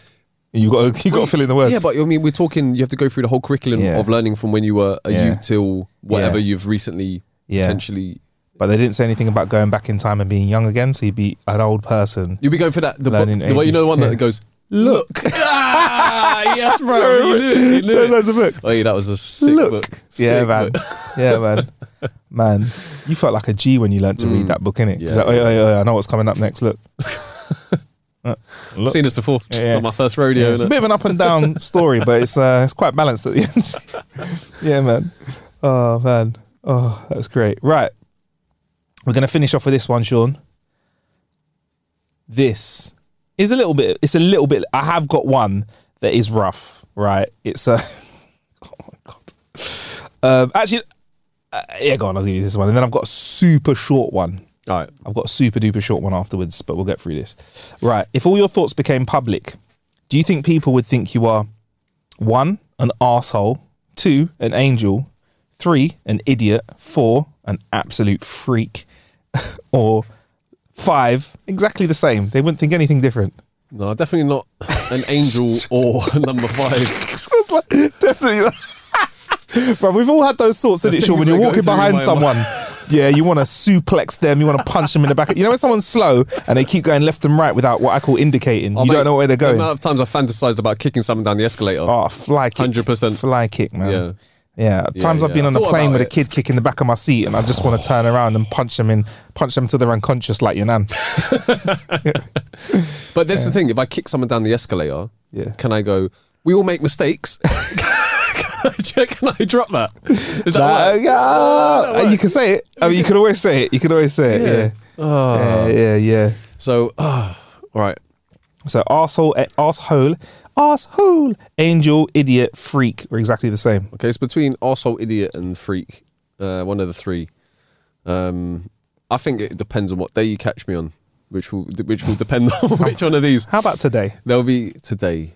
Speaker 1: You got you got to fill in the words.
Speaker 2: Yeah, but I mean, we're talking. You have to go through the whole curriculum
Speaker 1: Yeah.
Speaker 2: of learning from when you were a
Speaker 1: Yeah.
Speaker 2: youth till whatever
Speaker 1: Yeah.
Speaker 2: you've recently
Speaker 1: Yeah.
Speaker 2: potentially.
Speaker 1: but they didn't say anything about going back in time and being young again. So you'd be an old person.
Speaker 2: You'll be going for that. The, book,
Speaker 1: Learning
Speaker 2: the one, you know, the one
Speaker 1: yeah.
Speaker 2: that goes.
Speaker 1: Look.
Speaker 2: ah, yes, bro. You knew it. You
Speaker 1: Show
Speaker 2: knew it.
Speaker 1: loads of book.
Speaker 2: Oh, yeah, that was a sick
Speaker 1: Look.
Speaker 2: book.
Speaker 1: yeah,
Speaker 2: Sick
Speaker 1: man.
Speaker 2: book.
Speaker 1: yeah, man. Man, you felt like a G when you learnt to read that book, innit? Yeah,
Speaker 2: Mm. Yeah,
Speaker 1: like, oi, oi, oi, I know what's coming up next. Look. Uh, look.
Speaker 2: Seen this before
Speaker 1: Yeah, yeah.
Speaker 2: on my first
Speaker 1: Yeah,
Speaker 2: rodeo.
Speaker 1: it's a
Speaker 2: innit?
Speaker 1: bit of an up and down story, but it's uh, it's quite balanced at the end. yeah, man. Oh man. Oh, that's great. Right, we're gonna finish off with this one, Sean. This is a little bit. It's a little bit. I have got one that is rough. Right. It's a. oh my god. Um, actually, uh, yeah. Go on. I'll give you this one, and then I've got a super short one.
Speaker 2: All right.
Speaker 1: I've got a super duper short one afterwards, but we'll get through this. Right. If all your thoughts became public, do you think people would think you are one, an asshole, two, an angel, three, an idiot, four, an absolute freak, or five, exactly the same? They wouldn't think anything different.
Speaker 2: No, definitely not an angel or number five.
Speaker 1: It's like, definitely. not. Bro, we've all had those thoughts, isn't it, Sean? When
Speaker 2: things
Speaker 1: you're
Speaker 2: that go
Speaker 1: walking
Speaker 2: through
Speaker 1: behind
Speaker 2: my
Speaker 1: someone, yeah, you want to suplex them, you want to punch them in the back. You know when someone's slow and they keep going left and right without what I call indicating,
Speaker 2: Oh,
Speaker 1: you
Speaker 2: mate,
Speaker 1: don't know where they're
Speaker 2: The
Speaker 1: going.
Speaker 2: amount of times I fantasized about kicking someone down the escalator.
Speaker 1: Oh, fly kick,
Speaker 2: 100%.
Speaker 1: fly kick, man.
Speaker 2: Yeah.
Speaker 1: Yeah,
Speaker 2: Yeah,
Speaker 1: times I've
Speaker 2: yeah.
Speaker 1: been
Speaker 2: I
Speaker 1: on a
Speaker 2: thought
Speaker 1: plane
Speaker 2: about
Speaker 1: with a
Speaker 2: it.
Speaker 1: kid kicking the back of my seat, and I just want to turn around and punch them in, punch them till they're unconscious, like your nan.
Speaker 2: But that's the thing. If I kick someone down the escalator,
Speaker 1: Yeah.
Speaker 2: can I go? We all make mistakes. can, I, can I drop that? Is that Oh,
Speaker 1: Like,
Speaker 2: right?
Speaker 1: ah, and you can say it. I mean, you can always say it. You can always say it. Yeah.
Speaker 2: Oh.
Speaker 1: Yeah, yeah, yeah.
Speaker 2: So, ah, all right.
Speaker 1: So asshole, eh, asshole, asshole, angel, idiot, freak are exactly the same.
Speaker 2: Okay, it's between asshole, idiot, and freak. Uh, one of the three. Um, I think it depends on what day you catch me on, which will which will depend on which one of these.
Speaker 1: How about today?
Speaker 2: There'll be today.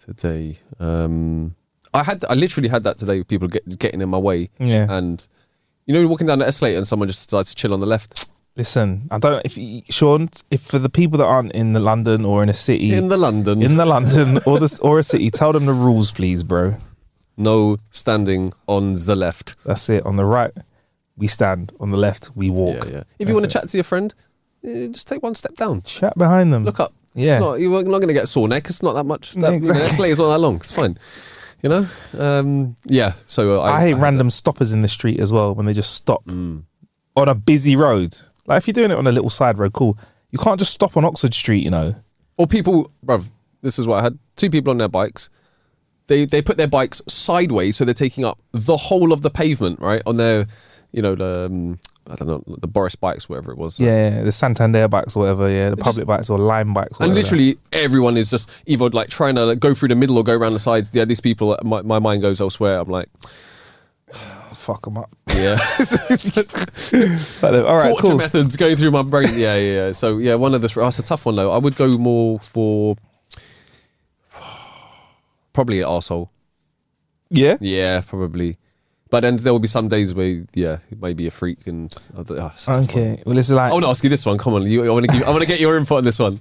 Speaker 2: Today. Um I had I literally had that today with people get, getting in my way.
Speaker 1: Yeah.
Speaker 2: And you know, you're walking down the escalator and someone just decides to chill on the left.
Speaker 1: Listen, I don't. If you- Sean, if for the people that aren't in the London or in a city,
Speaker 2: In the London.
Speaker 1: in the London or the or a city, tell them the rules, please, bro.
Speaker 2: no standing on the left.
Speaker 1: That's it. On the right, we stand. On the left, we walk.
Speaker 2: Yeah, yeah. If you want to chat to your friend, eh, just take one step down.
Speaker 1: chat behind them.
Speaker 2: Look up. It's
Speaker 1: Yeah.
Speaker 2: not, you're not going to get a sore neck. It's not that much. That,
Speaker 1: Exactly.
Speaker 2: The escalator's not that long. It's fine. You know, um, yeah. So I,
Speaker 1: I hate
Speaker 2: had
Speaker 1: random stoppers in the street as well when they just stop
Speaker 2: Mm.
Speaker 1: on a busy road. Like if you're doing it on a little side road, cool. You can't just stop on Oxford Street, you know.
Speaker 2: Or people, bruv, this is what I had. Two people on their bikes. They they put their bikes sideways, so they're taking up the whole of the pavement, right? On their, you know, the, um, I don't know, the Boris bikes, whatever it was.
Speaker 1: Yeah, the Santander bikes or whatever. Yeah, the public bikes or Lime bikes. Or
Speaker 2: And
Speaker 1: whatever.
Speaker 2: literally everyone is just either like trying to like, go through the middle or go around the sides. Yeah, these people, my, my mind goes elsewhere. I'm like,
Speaker 1: fuck them up.
Speaker 2: yeah.
Speaker 1: Like, uh, all right,
Speaker 2: Torture
Speaker 1: cool.
Speaker 2: methods going through my brain. Yeah, yeah, yeah. So yeah, one of the oh, it's a tough one though. I would go more for probably an arsehole.
Speaker 1: Yeah,
Speaker 2: Yeah, probably. But then there will be some days where yeah, it may be a freak and other. Oh, it's a tough one.
Speaker 1: Okay. Well, it's like
Speaker 2: I want to ask you this one. Come on, you, I want to give, I want to get your input on this one.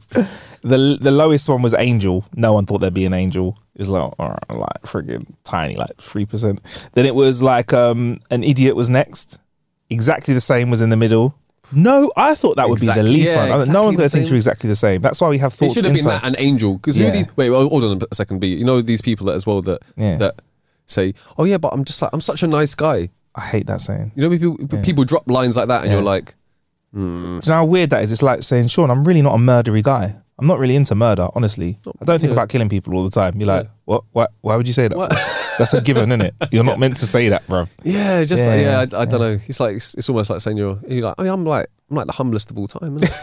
Speaker 1: the the lowest one was Angel. No one thought there'd be an Angel. It was like all right, like friggin' tiny, like three percent. Then it was like um an idiot was next. Exactly the same was in the middle. No, I thought that would be the
Speaker 2: Exactly-
Speaker 1: least
Speaker 2: yeah,
Speaker 1: one. I-
Speaker 2: exactly
Speaker 1: no one's
Speaker 2: the
Speaker 1: going to think
Speaker 2: same.
Speaker 1: you're exactly the same. That's why we have
Speaker 2: It
Speaker 1: thoughts.
Speaker 2: should have been
Speaker 1: inside.
Speaker 2: that an angel because who
Speaker 1: Yeah.
Speaker 2: are these? Wait, well, hold on a second. B, you know these people that as well that
Speaker 1: Yeah.
Speaker 2: that say, oh yeah, but I'm just like I'm such a nice guy.
Speaker 1: I hate that saying.
Speaker 2: You know, people people drop lines like that, and you're
Speaker 1: Yeah.
Speaker 2: like,
Speaker 1: Do you know how weird that is? It's like saying, Sean, I'm really not a murdery guy. I'm not really into murder, honestly. I don't think about killing people all the time. You're like,
Speaker 2: Yeah.
Speaker 1: what? What? Why would you say that?
Speaker 2: What?
Speaker 1: That's a given, isn't it? You're not meant to say that, bro.
Speaker 2: Yeah, just
Speaker 1: Yeah,
Speaker 2: yeah,
Speaker 1: yeah,
Speaker 2: I, I don't know. It's like it's, it's almost like saying you're you're like I mean, I'm like I'm like the humblest of all time. innit?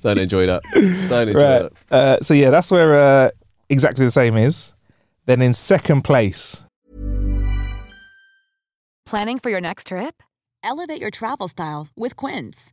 Speaker 2: don't enjoy that. Don't enjoy
Speaker 1: Right. Uh,
Speaker 2: that.
Speaker 1: so yeah, that's where uh, exactly the same is. Then in second place,
Speaker 4: Planning for your next trip?
Speaker 5: Elevate your travel style with Quince.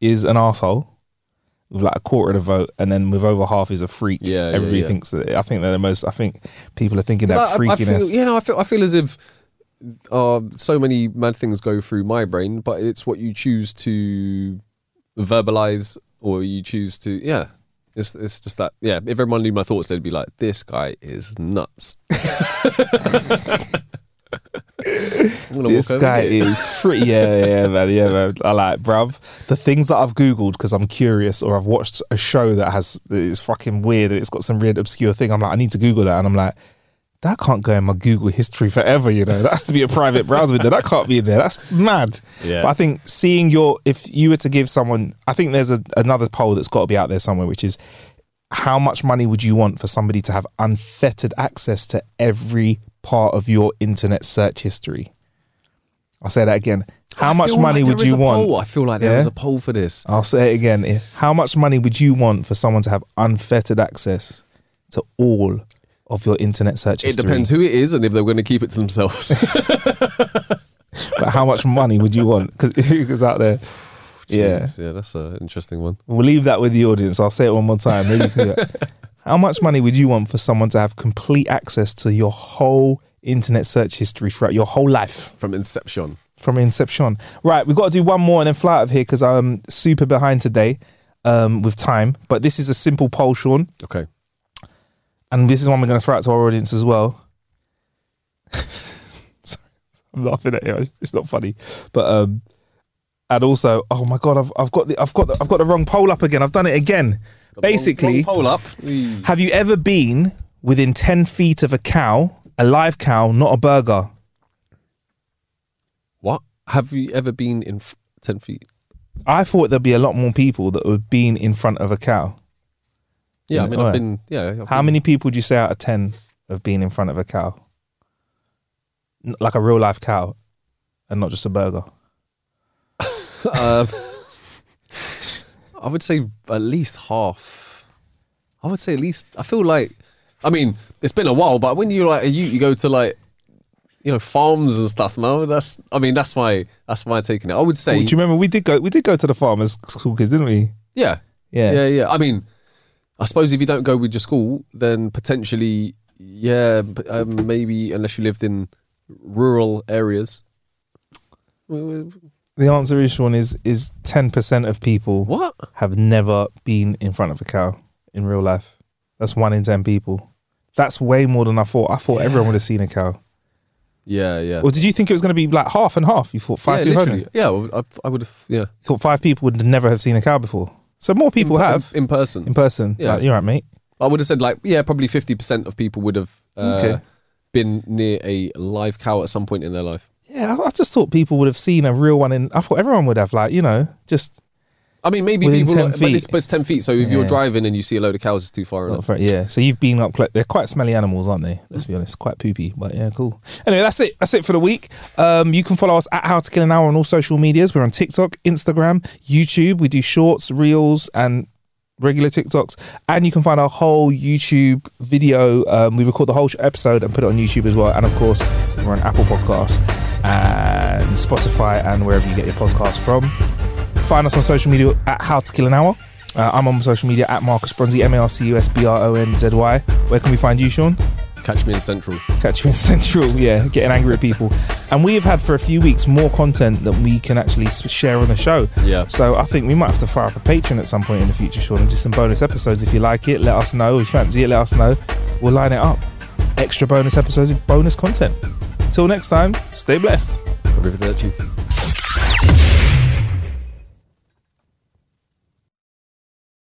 Speaker 1: is an asshole with like a quarter of the vote, and then with over half is a freak.
Speaker 2: Yeah, yeah,
Speaker 1: everybody
Speaker 2: yeah.
Speaker 1: thinks that. I think they're the most. I think people are thinking
Speaker 2: 'Cause
Speaker 1: that
Speaker 2: I, I- I
Speaker 1: freakiness.
Speaker 2: feel, you know, I feel I feel as if uh, so many mad things go through my brain, but it's what you choose to verbalize or you choose to yeah. It's, it's just that yeah. If everyone knew my thoughts, they'd be like, "This guy is nuts." I'm gonna
Speaker 1: This
Speaker 2: walk over
Speaker 1: guy
Speaker 2: here.
Speaker 1: is pretty. Yeah, yeah, man. Yeah, man. I like, bruv. The things that I've Googled because I'm curious or I've watched a show that has, that is fucking weird and it's got some weird, obscure thing. I'm like, I need to Google that. And I'm like, that can't go in my Google history forever, you know? That has to be a private browser window. That can't be in there. That's mad.
Speaker 2: Yeah.
Speaker 1: But I think seeing your, if you were to give someone, I think there's a, another poll that's got to be out there somewhere, which is, how much money would you want for somebody to have unfettered access to every part of your internet search history? I'll say that again. How
Speaker 2: I
Speaker 1: much
Speaker 2: feel like
Speaker 1: money
Speaker 2: there
Speaker 1: would
Speaker 2: is
Speaker 1: you
Speaker 2: a
Speaker 1: want?
Speaker 2: Poll. I feel like there
Speaker 1: Yeah?
Speaker 2: was a poll for this.
Speaker 1: I'll say it again. How much money would you want for someone to have unfettered access to all of your internet search
Speaker 2: It
Speaker 1: history?
Speaker 2: depends who it is and if they're going to keep it to themselves.
Speaker 1: But how much money would you want? Because out there, yeah.
Speaker 2: Jeez, yeah, that's an interesting one.
Speaker 1: We'll leave that with the audience. I'll say it one more time. Maybe you can do that. How much money would you want for someone to have complete access to your whole internet search history throughout your whole life?
Speaker 2: From Inception.
Speaker 1: from Inception. Right, we've got to do one more and then fly out of here because I'm super behind today um, with time. But this is a simple poll, Sean,
Speaker 2: Okay.
Speaker 1: and this is one we're going to throw out to our audience as well. Sorry, I'm laughing at you. It's not funny, but um, and also, oh my god, I've I've got the I've got the, I've got the wrong poll up again. I've done it again. Basically,
Speaker 2: Poll up.
Speaker 1: have you ever been within ten feet of a cow, a live cow, not a burger?
Speaker 2: What? Have you ever been in f- 10 feet?
Speaker 1: I thought there'd be a lot more people that would have been in front of a cow.
Speaker 2: Yeah, I
Speaker 1: Yeah,
Speaker 2: mean,
Speaker 1: alright.
Speaker 2: I've been. Yeah. I've
Speaker 1: How
Speaker 2: been-
Speaker 1: many people would you say out of 10 have been in front of a cow? N- Like a real life cow and not just a burger?
Speaker 2: Um, I would say at least half. I would say at least. I feel like. I mean, it's been a while, but when you like a youth, you go to like, you know, farms and stuff. No, that's. I mean, that's my. That's my take on it. I would say.
Speaker 1: Do you remember we did go we did go to the farmers school kids, didn't we?
Speaker 2: Yeah.
Speaker 1: Yeah.
Speaker 2: Yeah. Yeah. I mean, I suppose if you don't go with your school, then potentially, yeah, but, um, maybe unless you lived in rural areas.
Speaker 1: The answer is Sean is is 10% of people
Speaker 2: What?
Speaker 1: have never been in front of a cow in real life. That's 1 in 10 people. That's way more than I thought. I thought everyone would have seen a cow.
Speaker 2: Yeah. Yeah.
Speaker 1: Or did you think it was going to be like half and half? You thought five
Speaker 2: yeah,
Speaker 1: people had
Speaker 2: literally.
Speaker 1: it?
Speaker 2: Yeah, well, I, I would have. Yeah,
Speaker 1: You thought five people would never have seen a cow before. So more people
Speaker 2: In-
Speaker 1: have
Speaker 2: in, in person.
Speaker 1: in person.
Speaker 2: Yeah.
Speaker 1: Like, you're right, mate.
Speaker 2: I would have said like yeah, probably fifty percent of people would have uh,
Speaker 1: Okay.
Speaker 2: been near a live cow at some point in their life.
Speaker 1: Yeah, I, I just thought people would have seen a real one. In I thought everyone would have, like you know, just
Speaker 2: I mean, maybe
Speaker 1: Within
Speaker 2: people,
Speaker 1: 10
Speaker 2: but, it's,
Speaker 1: feet.
Speaker 2: but it's ten feet. So if you're
Speaker 1: Yeah.
Speaker 2: driving and you see a load of cows, it's too far
Speaker 1: not
Speaker 2: enough.
Speaker 1: very- yeah. So you've been up close. They're quite smelly animals, aren't they? Let's be honest, quite poopy. But yeah, cool. Anyway, that's it. That's it for the week. Um, you can follow us at How to Kill an Hour on all social medias. We're on TikTok, Instagram, YouTube. We do shorts, reels, and regular TikToks. And you can find our whole YouTube video. Um, we record the whole sh- episode and put it on YouTube as well. And of course, we're on Apple Podcasts and Spotify and wherever you get your podcasts from. Find us on social media at How to Kill an Hour. Uh, I'm on social media at Marcus Bronzy, M A R C U S B R O N Z Y. Where can we find you, Sean?
Speaker 2: Catch me in central.
Speaker 1: Catch you in Central, yeah, getting angry at people. And we have had for a few weeks more content that we can actually s- share on the show.
Speaker 2: Yeah.
Speaker 1: So I think we might have to fire up a Patreon at some point in the future, Sean, and do some bonus episodes. If you like it, let us know. If you fancy it, let us know. We'll line it up. Extra bonus episodes with bonus content. Until next time, stay blessed.
Speaker 2: Arrivederci.